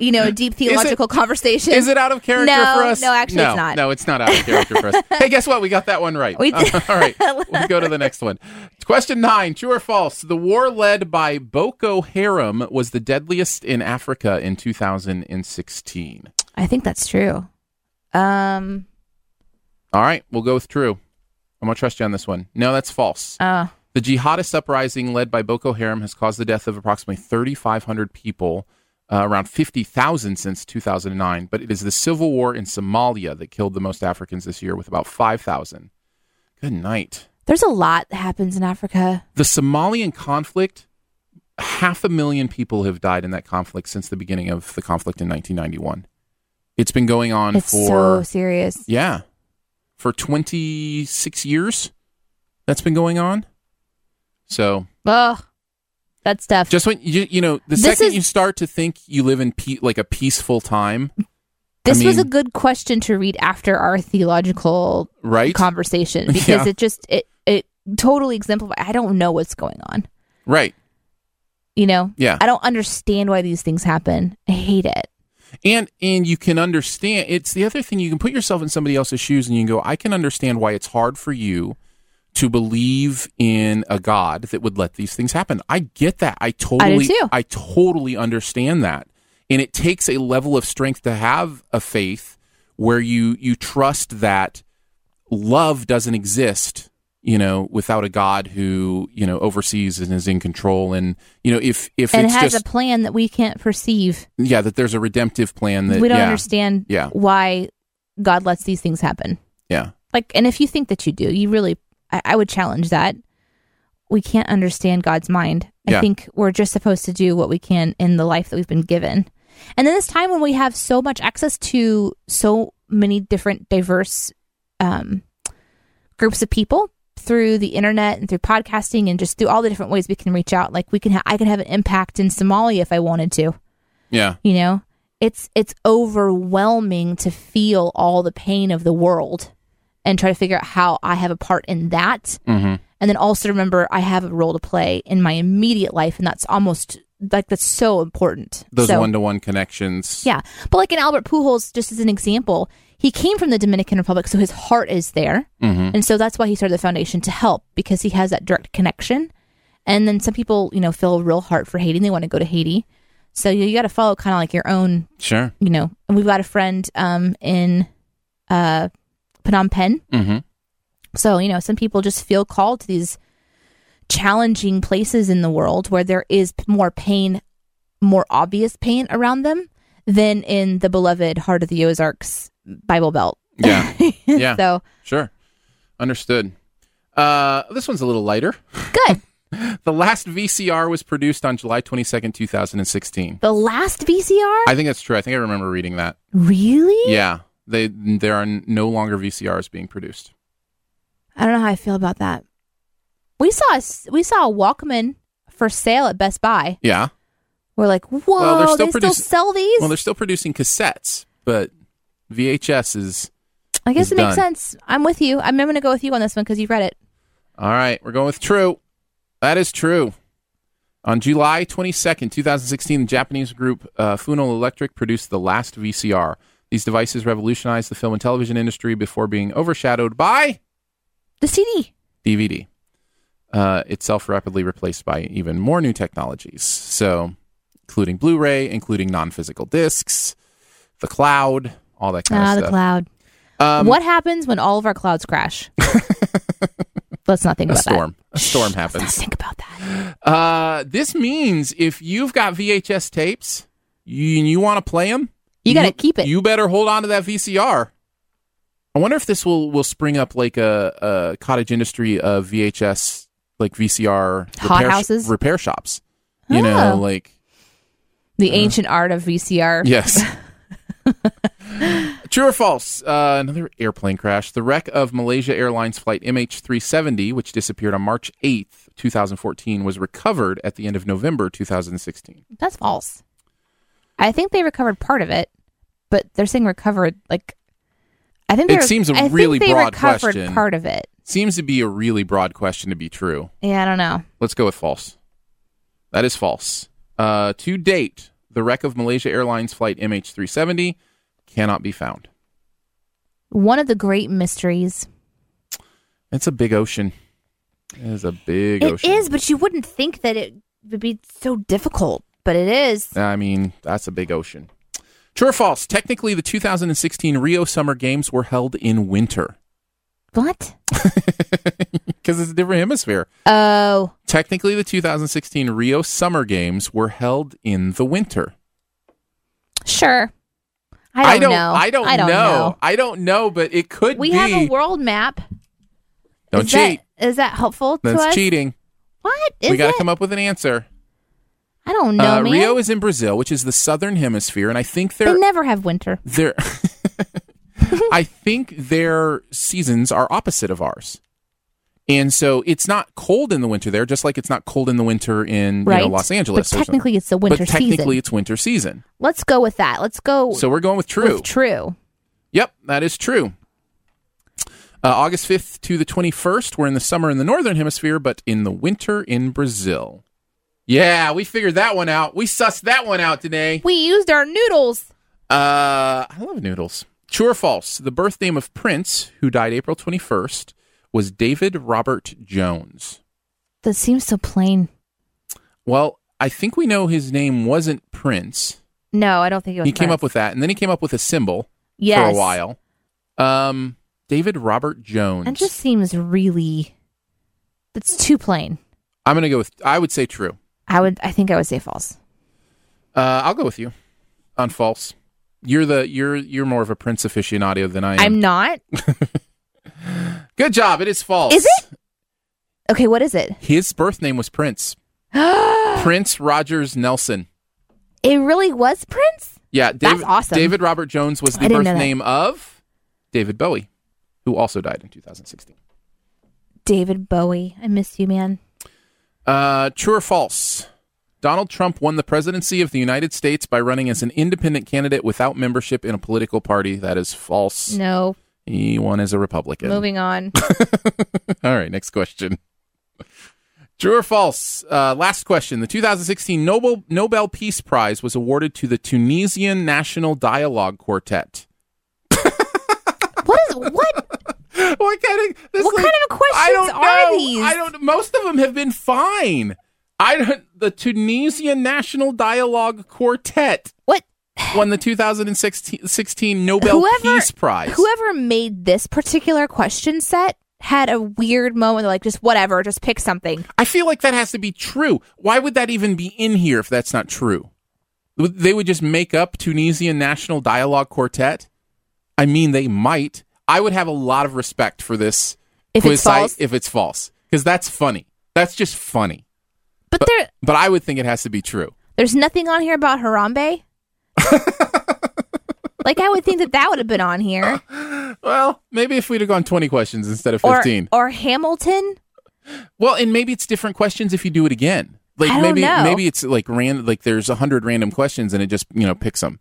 [SPEAKER 1] you know, a deep theological conversation.
[SPEAKER 4] is it out of character
[SPEAKER 1] No,
[SPEAKER 4] for us?
[SPEAKER 1] no, actually,
[SPEAKER 4] no,
[SPEAKER 1] it's not.
[SPEAKER 4] No, it's not out of character for us. Hey, guess what? We got that one right.
[SPEAKER 1] We did.
[SPEAKER 4] all right, we'll go to the next one. Question nine: True or false? The war led by Boko Haram was the deadliest in Africa in 2016.
[SPEAKER 1] I think that's true. Um.
[SPEAKER 4] All right, we'll go with true. I'm gonna trust you on this one. No, that's false.
[SPEAKER 1] Uh,
[SPEAKER 4] The jihadist uprising led by Boko Haram has caused the death of approximately 3,500 people, uh, around 50,000 since 2009. But it is the civil war in Somalia that killed the most Africans this year, with about 5,000. Good night.
[SPEAKER 1] there's a lot that happens in Africa.
[SPEAKER 4] The Somalian conflict, half a million people have died in that conflict since the beginning of the conflict in 1991. It's been going on
[SPEAKER 1] It's so
[SPEAKER 4] for,
[SPEAKER 1] serious.
[SPEAKER 4] yeah, for 26 years. That's been going on. So
[SPEAKER 1] Ugh, that's tough.
[SPEAKER 4] Just when you you know the
[SPEAKER 1] This
[SPEAKER 4] second
[SPEAKER 1] is-
[SPEAKER 4] you start to think you live in pe- like a peaceful time,
[SPEAKER 1] this was a
[SPEAKER 4] mean-
[SPEAKER 1] good question to read after our theological
[SPEAKER 4] right?
[SPEAKER 1] conversation because
[SPEAKER 4] Yeah.
[SPEAKER 1] it just it it totally exemplifies. I don't know what's going on.
[SPEAKER 4] right.
[SPEAKER 1] You know.
[SPEAKER 4] Yeah.
[SPEAKER 1] I don't understand why these things happen. I hate it.
[SPEAKER 4] And and you can understand it's the other thing you can put yourself in somebody else's shoes and you can go I can understand why it's hard for you to believe in a god that would let these things happen. I get that. I totally
[SPEAKER 1] too.
[SPEAKER 4] I totally understand that. And it takes a level of strength to have a faith where you you trust that love doesn't exist you know, without a God who you know oversees and is in control, and you know, if if
[SPEAKER 1] and it
[SPEAKER 4] it's
[SPEAKER 1] has
[SPEAKER 4] just
[SPEAKER 1] a plan that we can't perceive.
[SPEAKER 4] yeah, that there's a redemptive plan that
[SPEAKER 1] we don't
[SPEAKER 4] yeah,
[SPEAKER 1] understand
[SPEAKER 4] Yeah.
[SPEAKER 1] why God lets these things happen.
[SPEAKER 4] yeah,
[SPEAKER 1] Like, and if you think that you do, you really, I, I would challenge that. We can't understand God's mind. I
[SPEAKER 4] Yeah.
[SPEAKER 1] think we're just supposed to do what we can in the life that we've been given. And in this time when we have so much access to so many different diverse um, groups of people through the internet and through podcasting and just through all the different ways we can reach out, like we can, ha- I can have an impact in Somalia if I wanted to
[SPEAKER 4] yeah,
[SPEAKER 1] you know it's it's overwhelming to feel all the pain of the world and try to figure out how i have a part in that
[SPEAKER 4] hmm
[SPEAKER 1] and then also remember i have a role to play in my immediate life and that's almost like that's so important
[SPEAKER 4] those
[SPEAKER 1] so,
[SPEAKER 4] one to one connections.
[SPEAKER 1] yeah but like in albert pujols just as an example he came from the dominican republic so his heart is there
[SPEAKER 4] hmm
[SPEAKER 1] and so that's why he started the foundation to help because he has that direct connection. And then some people, you know, feel a real heart for Haiti and they want to go to Haiti. So you, you got to follow kind of like your own,
[SPEAKER 4] sure.
[SPEAKER 1] you know. And we've got a friend um, in uh, Phnom Penh.
[SPEAKER 4] hmm
[SPEAKER 1] So, you know, some people just feel called to these challenging places in the world where there is p- more pain, more obvious pain around them than in the beloved Heart of the Ozarks Bible Belt.
[SPEAKER 4] Yeah, Yeah.
[SPEAKER 1] so
[SPEAKER 4] sure, understood. Uh, this one's a little lighter.
[SPEAKER 1] good.
[SPEAKER 4] The last VCR was produced on July 22nd, 2016.
[SPEAKER 1] The last VCR?
[SPEAKER 4] I think that's true. I think I remember reading that.
[SPEAKER 1] Really?
[SPEAKER 4] Yeah. They there are no longer VCRs being produced.
[SPEAKER 1] I don't know how I feel about that. We saw a, s- we saw a Walkman for sale at Best Buy.
[SPEAKER 4] Yeah.
[SPEAKER 1] We're like, whoa,
[SPEAKER 4] Well, they're still
[SPEAKER 1] they
[SPEAKER 4] produc-
[SPEAKER 1] still sell these?
[SPEAKER 4] Well, they're still producing cassettes, but VHS is
[SPEAKER 1] I guess
[SPEAKER 4] it's
[SPEAKER 1] it makes
[SPEAKER 4] done.
[SPEAKER 1] sense. I'm with you. I'm, I'm going to go with you on this one because you read it.
[SPEAKER 4] All right, we're going with true. That is true. On July 22nd, 2016, the Japanese group uh, Funo Electric produced the last VCR. These devices revolutionized the film and television industry before being overshadowed by
[SPEAKER 1] The CD.
[SPEAKER 4] DVD, uh, itself rapidly replaced by even more new technologies. So, including Blu ray, including non physical discs, the cloud, all that kind
[SPEAKER 1] Ah,
[SPEAKER 4] of
[SPEAKER 1] the
[SPEAKER 4] stuff.
[SPEAKER 1] cloud.
[SPEAKER 4] Um,
[SPEAKER 1] what happens when all of our clouds crash? Let's not think
[SPEAKER 4] A
[SPEAKER 1] about
[SPEAKER 4] storm.
[SPEAKER 1] that.
[SPEAKER 4] A storm
[SPEAKER 1] Shh, let's not
[SPEAKER 4] happens.
[SPEAKER 1] think about that.
[SPEAKER 4] Uh, this means if you've got VHS tapes you, and you want to play them,
[SPEAKER 1] You gotta keep it.
[SPEAKER 4] You better hold on to that VCR. I wonder if this will will spring up like a, a cottage industry of VHS, like VCR
[SPEAKER 1] Hot
[SPEAKER 4] repair sh-
[SPEAKER 1] houses?
[SPEAKER 4] repair shops. You
[SPEAKER 1] Oh.
[SPEAKER 4] know, like
[SPEAKER 1] The ancient art of VCR.
[SPEAKER 4] Yes. True or false? Uh, another airplane crash. The wreck of Malaysia Airlines flight MH370, which disappeared on March 8th, 2014, was recovered at the end of November 2016.
[SPEAKER 1] That's false. I think they recovered part of it, but they're saying recovered like I think they
[SPEAKER 4] It
[SPEAKER 1] re-
[SPEAKER 4] seems a
[SPEAKER 1] I think
[SPEAKER 4] really
[SPEAKER 1] they
[SPEAKER 4] broad
[SPEAKER 1] recovered
[SPEAKER 4] question.
[SPEAKER 1] part of it.
[SPEAKER 4] Seems to be a really broad question to be true.
[SPEAKER 1] Yeah, I don't know.
[SPEAKER 4] Let's go with false. That is false. Uh, to date, the wreck of Malaysia Airlines flight MH370 cannot be found.
[SPEAKER 1] One of the great mysteries.
[SPEAKER 4] It's a big ocean. It is a big
[SPEAKER 1] It is,
[SPEAKER 4] ocean.
[SPEAKER 1] but you wouldn't think that it would be so difficult, but it is.
[SPEAKER 4] I mean, that's a big ocean. True or false? Technically, the 2016 Rio Summer Games were held in winter
[SPEAKER 1] What?
[SPEAKER 4] because it's a different hemisphere.
[SPEAKER 1] Oh,
[SPEAKER 4] Technically, the 2016 Rio Summer Games were held in the winter.
[SPEAKER 1] sure. I don't, know.
[SPEAKER 4] I don't,
[SPEAKER 1] I don't
[SPEAKER 4] know. I don't know, but it could
[SPEAKER 1] We
[SPEAKER 4] be.
[SPEAKER 1] have a world map.
[SPEAKER 4] don't
[SPEAKER 1] is
[SPEAKER 4] cheat.
[SPEAKER 1] That, is that helpful to
[SPEAKER 4] That's
[SPEAKER 1] us?
[SPEAKER 4] cheating.
[SPEAKER 1] What is
[SPEAKER 4] we got
[SPEAKER 1] it?
[SPEAKER 4] to come up with an answer.
[SPEAKER 1] I don't know,
[SPEAKER 4] uh,
[SPEAKER 1] man.
[SPEAKER 4] Rio is in Brazil, which is the southern hemisphere, and I think
[SPEAKER 1] they
[SPEAKER 4] they're
[SPEAKER 1] never have winter.
[SPEAKER 4] they're. I think their seasons are opposite of ours. And so it's not cold in the winter there, just like it's not cold in the winter in you know,
[SPEAKER 1] Right.
[SPEAKER 4] Los Angeles.
[SPEAKER 1] But
[SPEAKER 4] or something.
[SPEAKER 1] technically it's the winter
[SPEAKER 4] But technically
[SPEAKER 1] season.
[SPEAKER 4] it's winter season.
[SPEAKER 1] Let's go with that. Let's go
[SPEAKER 4] So we're going with true.
[SPEAKER 1] with true.
[SPEAKER 4] yep, that is true. Uh, August 5th to the 21st, we're in the summer in the northern hemisphere, but in the winter in Brazil. Yeah, we figured that one out. We sussed that one out today.
[SPEAKER 1] We used our noodles.
[SPEAKER 4] Uh, I love noodles. True or false? The birth name of Prince, who died April 21st, was David Robert Jones.
[SPEAKER 1] That seems so plain.
[SPEAKER 4] Well, I think we know his name wasn't Prince.
[SPEAKER 1] No, I don't think it was.
[SPEAKER 4] He came
[SPEAKER 1] Prince.
[SPEAKER 4] up with that, and then he came up with a symbol
[SPEAKER 1] yes.
[SPEAKER 4] for a while. Um, David Robert Jones.
[SPEAKER 1] That just seems really That's too plain.
[SPEAKER 4] I'm going to go with, I would say true.
[SPEAKER 1] I would. I think I would say false.
[SPEAKER 4] Uh, I'll go with you on false. You're the you're you're more of a Prince aficionado than I am.
[SPEAKER 1] I'm not.
[SPEAKER 4] Good job. It is false.
[SPEAKER 1] Is it? Okay, what is it?
[SPEAKER 4] His birth name was Prince. Prince Rogers Nelson.
[SPEAKER 1] It really was Prince.
[SPEAKER 4] Yeah,
[SPEAKER 1] That's
[SPEAKER 4] David,
[SPEAKER 1] awesome.
[SPEAKER 4] David Robert Jones was
[SPEAKER 1] I
[SPEAKER 4] the
[SPEAKER 1] didn't
[SPEAKER 4] birth
[SPEAKER 1] know that.
[SPEAKER 4] name of David Bowie, who also died in 2016.
[SPEAKER 1] David Bowie. I miss you, man.
[SPEAKER 4] Uh, true or false? Donald Trump won the presidency of the United States by running as an independent candidate without membership in a political party. That is false.
[SPEAKER 1] No.
[SPEAKER 4] He won as a Republican.
[SPEAKER 1] Moving on.
[SPEAKER 4] All right, next question. True or false? Uh, last question. The 2016 Nobel Nobel Peace Prize was awarded to the Tunisian National Dialogue Quartet.
[SPEAKER 1] what is what?
[SPEAKER 4] what kind of this
[SPEAKER 1] What
[SPEAKER 4] like-
[SPEAKER 1] kind of questions
[SPEAKER 4] I don't
[SPEAKER 1] are
[SPEAKER 4] know.
[SPEAKER 1] these?
[SPEAKER 4] I don't. Most of them have been fine. I don't. The Tunisian National Dialogue Quartet
[SPEAKER 1] What?
[SPEAKER 4] won the 2016 16 Nobel
[SPEAKER 1] whoever
[SPEAKER 4] Peace Prize.
[SPEAKER 1] whoever made this particular question set had a weird moment. Like just whatever, just pick something.
[SPEAKER 4] I feel like that has to be true. Why would that even be in here if that's not true? Would- They would just make up Tunisian National Dialogue Quartet. I mean, they might. I would have a lot of respect for this
[SPEAKER 1] If
[SPEAKER 4] quiz
[SPEAKER 1] it's
[SPEAKER 4] site
[SPEAKER 1] false,
[SPEAKER 4] if it's false, because that's funny. That's just funny.
[SPEAKER 1] but there
[SPEAKER 4] But I would think it has to be true.
[SPEAKER 1] there's nothing on here about Harambe. like I would think that that would have been on here,
[SPEAKER 4] Well, maybe if we'd have gone 20 questions instead of
[SPEAKER 1] or
[SPEAKER 4] 15.
[SPEAKER 1] or Hamilton.
[SPEAKER 4] well, and maybe it's different questions if you do it again. Like
[SPEAKER 1] I don't
[SPEAKER 4] maybe
[SPEAKER 1] know.
[SPEAKER 4] maybe it's like random like there's 100 random questions and it just, you know, picks them.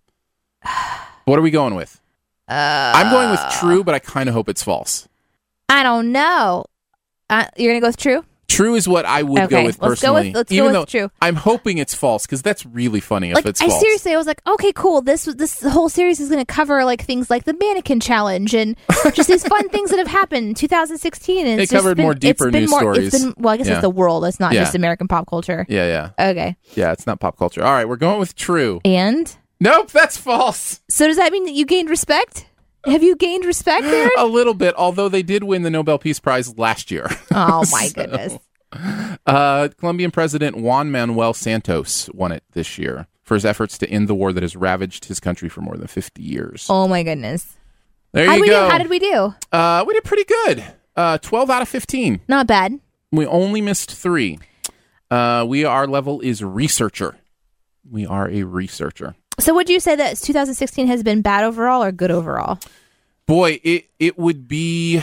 [SPEAKER 4] what are we going with?
[SPEAKER 1] Uh,
[SPEAKER 4] I'm going with true, but I kind of hope it's false.
[SPEAKER 1] I don't know. Uh, you're gonna go with true.
[SPEAKER 4] True is what I would
[SPEAKER 1] Okay,
[SPEAKER 4] go with
[SPEAKER 1] let's go with-
[SPEAKER 4] personally.
[SPEAKER 1] let's go
[SPEAKER 4] even
[SPEAKER 1] with
[SPEAKER 4] though
[SPEAKER 1] true.
[SPEAKER 4] I'm hoping it's false cuz that's really funny
[SPEAKER 1] Like
[SPEAKER 4] if it's
[SPEAKER 1] I
[SPEAKER 4] false.
[SPEAKER 1] seriously, I was like, okay, cool. This this whole series is gonna cover like things like the mannequin challenge and just these fun things that have happened in 2016. And
[SPEAKER 4] It
[SPEAKER 1] it's just
[SPEAKER 4] covered
[SPEAKER 1] been-
[SPEAKER 4] more deeper
[SPEAKER 1] it's been
[SPEAKER 4] news
[SPEAKER 1] more, It's
[SPEAKER 4] stories.
[SPEAKER 1] been well, I guess
[SPEAKER 4] Yeah.
[SPEAKER 1] it's the world. It's not
[SPEAKER 4] Yeah.
[SPEAKER 1] just American pop culture.
[SPEAKER 4] yeah, yeah.
[SPEAKER 1] Okay,
[SPEAKER 4] Yeah, it's not pop culture. All right, we're going with true.
[SPEAKER 1] and
[SPEAKER 4] Nope, that's false.
[SPEAKER 1] so does that mean that you gained respect? Have you gained respect, Aaron?
[SPEAKER 4] a little bit, although they did win the Nobel Peace Prize last year.
[SPEAKER 1] oh my goodness.
[SPEAKER 4] Uh, Colombian President Juan Manuel Santos won it this year for his efforts to end the war that has ravaged his country for more than 50 years.
[SPEAKER 1] Oh my goodness.
[SPEAKER 4] there
[SPEAKER 1] How
[SPEAKER 4] you
[SPEAKER 1] did we
[SPEAKER 4] go.
[SPEAKER 1] do? How did we do?
[SPEAKER 4] Uh, we did pretty good. Uh, 12 out of 15.
[SPEAKER 1] Not bad.
[SPEAKER 4] We only missed three. Uh, we our level is researcher. We are a researcher.
[SPEAKER 1] So would you say that 2016 has been bad overall or good overall?
[SPEAKER 4] Boy, it it would be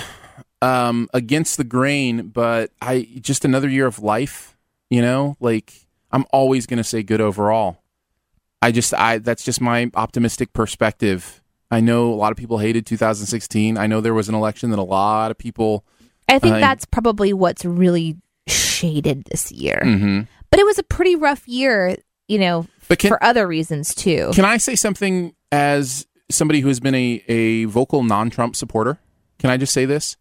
[SPEAKER 4] um, against the grain, but I just another year of life. You know, like I'm always going to say good overall. I just I that's just my optimistic perspective. I know a lot of people hated 2016. I know there was an election that a lot of people.
[SPEAKER 1] I think
[SPEAKER 4] I-
[SPEAKER 1] that's probably what's really shaded this year.
[SPEAKER 4] Mhm.
[SPEAKER 1] But it was a pretty rough year, you know,
[SPEAKER 4] But can
[SPEAKER 1] for other reasons too.
[SPEAKER 4] can I say something as somebody who has been a a vocal non-Trump supporter? Can I just say this?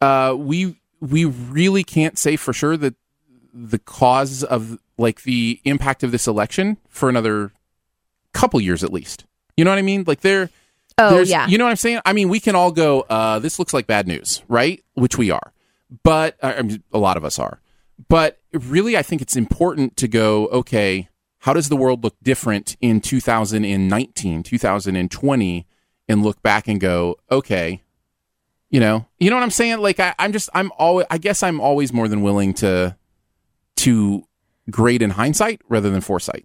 [SPEAKER 4] Uh, we we really can't say for sure that the cause of like the impact of this election for another couple years at least. You know what I mean? Like there
[SPEAKER 1] oh
[SPEAKER 4] there's-
[SPEAKER 1] yeah.
[SPEAKER 4] You know what I'm saying? I mean, we can all go, uh, this looks like bad news, right? Which we are. But uh, I I mean, a lot of us are. But really, I think it's important to go, okay, how does the world look different in 2019, 2020, and look back and go, okay, you know, you know what I'm saying? Like, I, I'm just, I'm always, I guess I'm always more than willing to, to grade in hindsight rather than foresight.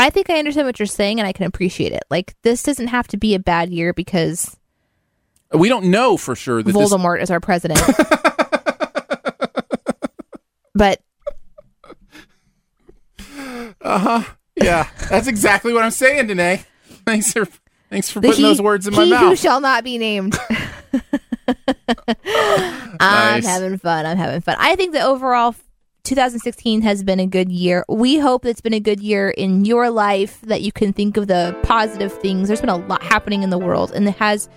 [SPEAKER 1] I think I understand what you're saying and I can appreciate it. Like this doesn't have to be a bad year because
[SPEAKER 4] We don't know for sure that this
[SPEAKER 1] Voldemort is our president. but
[SPEAKER 4] Uh huh. Yeah, that's exactly what I'm saying, Danae. Thanks for thanks for
[SPEAKER 1] the
[SPEAKER 4] putting
[SPEAKER 1] he,
[SPEAKER 4] those words in my
[SPEAKER 1] he who
[SPEAKER 4] mouth.
[SPEAKER 1] shall not be named. I'm
[SPEAKER 4] Nice.
[SPEAKER 1] having fun. I'm having fun. I think that overall 2016 has been a good year. We hope it's been a good year in your life that you can think of the positive things. There's been a lot happening in the world and it has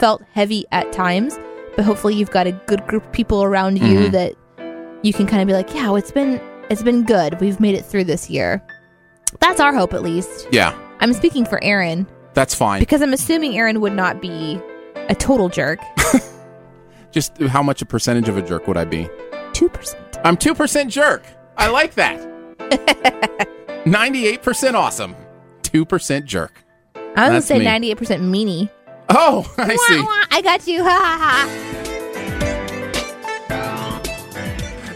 [SPEAKER 1] felt heavy at times, but hopefully you've got a good group of people around you
[SPEAKER 4] Mm-hmm.
[SPEAKER 1] that you can kind of be like, "Yeah, it's been it's been good. We've made it through this year." That's our hope at least.
[SPEAKER 4] yeah,
[SPEAKER 1] I'm speaking for Aaron
[SPEAKER 4] that's fine.
[SPEAKER 1] because I'm assuming Aaron would not be a total jerk.
[SPEAKER 4] Just how much a percentage of a jerk would I be?
[SPEAKER 1] 2%.
[SPEAKER 4] I'm 2% jerk. I like that. 98% awesome. 2% jerk.
[SPEAKER 1] I was
[SPEAKER 4] That's
[SPEAKER 1] going to
[SPEAKER 4] me.
[SPEAKER 1] say 98% meanie.
[SPEAKER 4] Oh, I see.
[SPEAKER 1] Wah, wah, I got you. Ha ha ha.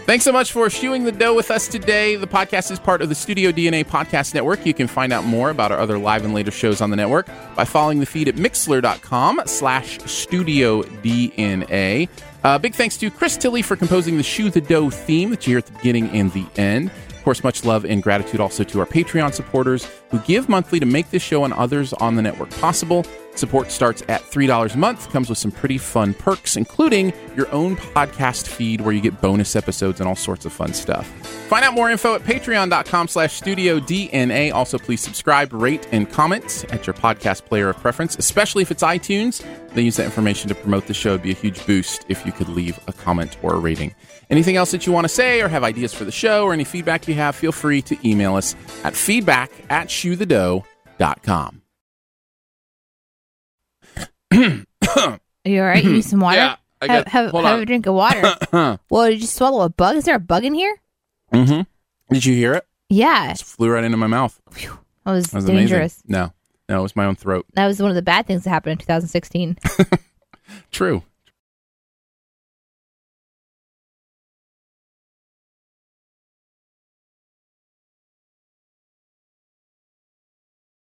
[SPEAKER 4] Thanks so much for shooing the dough with us today. The podcast is part of the Studio DNA Podcast Network. You can find out more about our other live and later shows on the network by following the feed at mixler.com slash studio DNA. Uh, big thanks to Chris Tilley for composing the Shoe the Dough theme that you hear at the beginning and the end. Of course, much love and gratitude also to our Patreon supporters who give monthly to make this show and others on the network possible. Support starts at $3 a month, comes with some pretty fun perks, including your own podcast feed where you get bonus episodes and all sorts of fun stuff. Find out more info at patreon.com slash studio DNA. Also, please subscribe, rate, and comment at your podcast player of preference, especially if it's iTunes. They use that information to promote the show. It'd be a huge boost if you could leave a comment or a rating. Anything else that you want to say or have ideas for the show or any feedback you have, feel free to email us at feedback at shoethedough.com.
[SPEAKER 1] Are you all right? You need some water?
[SPEAKER 4] Yeah, I
[SPEAKER 1] have
[SPEAKER 4] got-
[SPEAKER 1] have,
[SPEAKER 4] hold
[SPEAKER 1] have
[SPEAKER 4] on.
[SPEAKER 1] a drink of water. Whoa, did you swallow a bug? Is there a bug in here?
[SPEAKER 4] Mm-hmm. Did you hear it?
[SPEAKER 1] Yeah.
[SPEAKER 4] It flew right into my mouth.
[SPEAKER 1] That was,
[SPEAKER 4] That was amazing.
[SPEAKER 1] dangerous.
[SPEAKER 4] No, no, it was my own throat.
[SPEAKER 1] That was one of the bad things that happened in 2016.
[SPEAKER 4] True.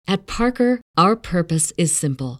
[SPEAKER 5] At Parker, our purpose is simple.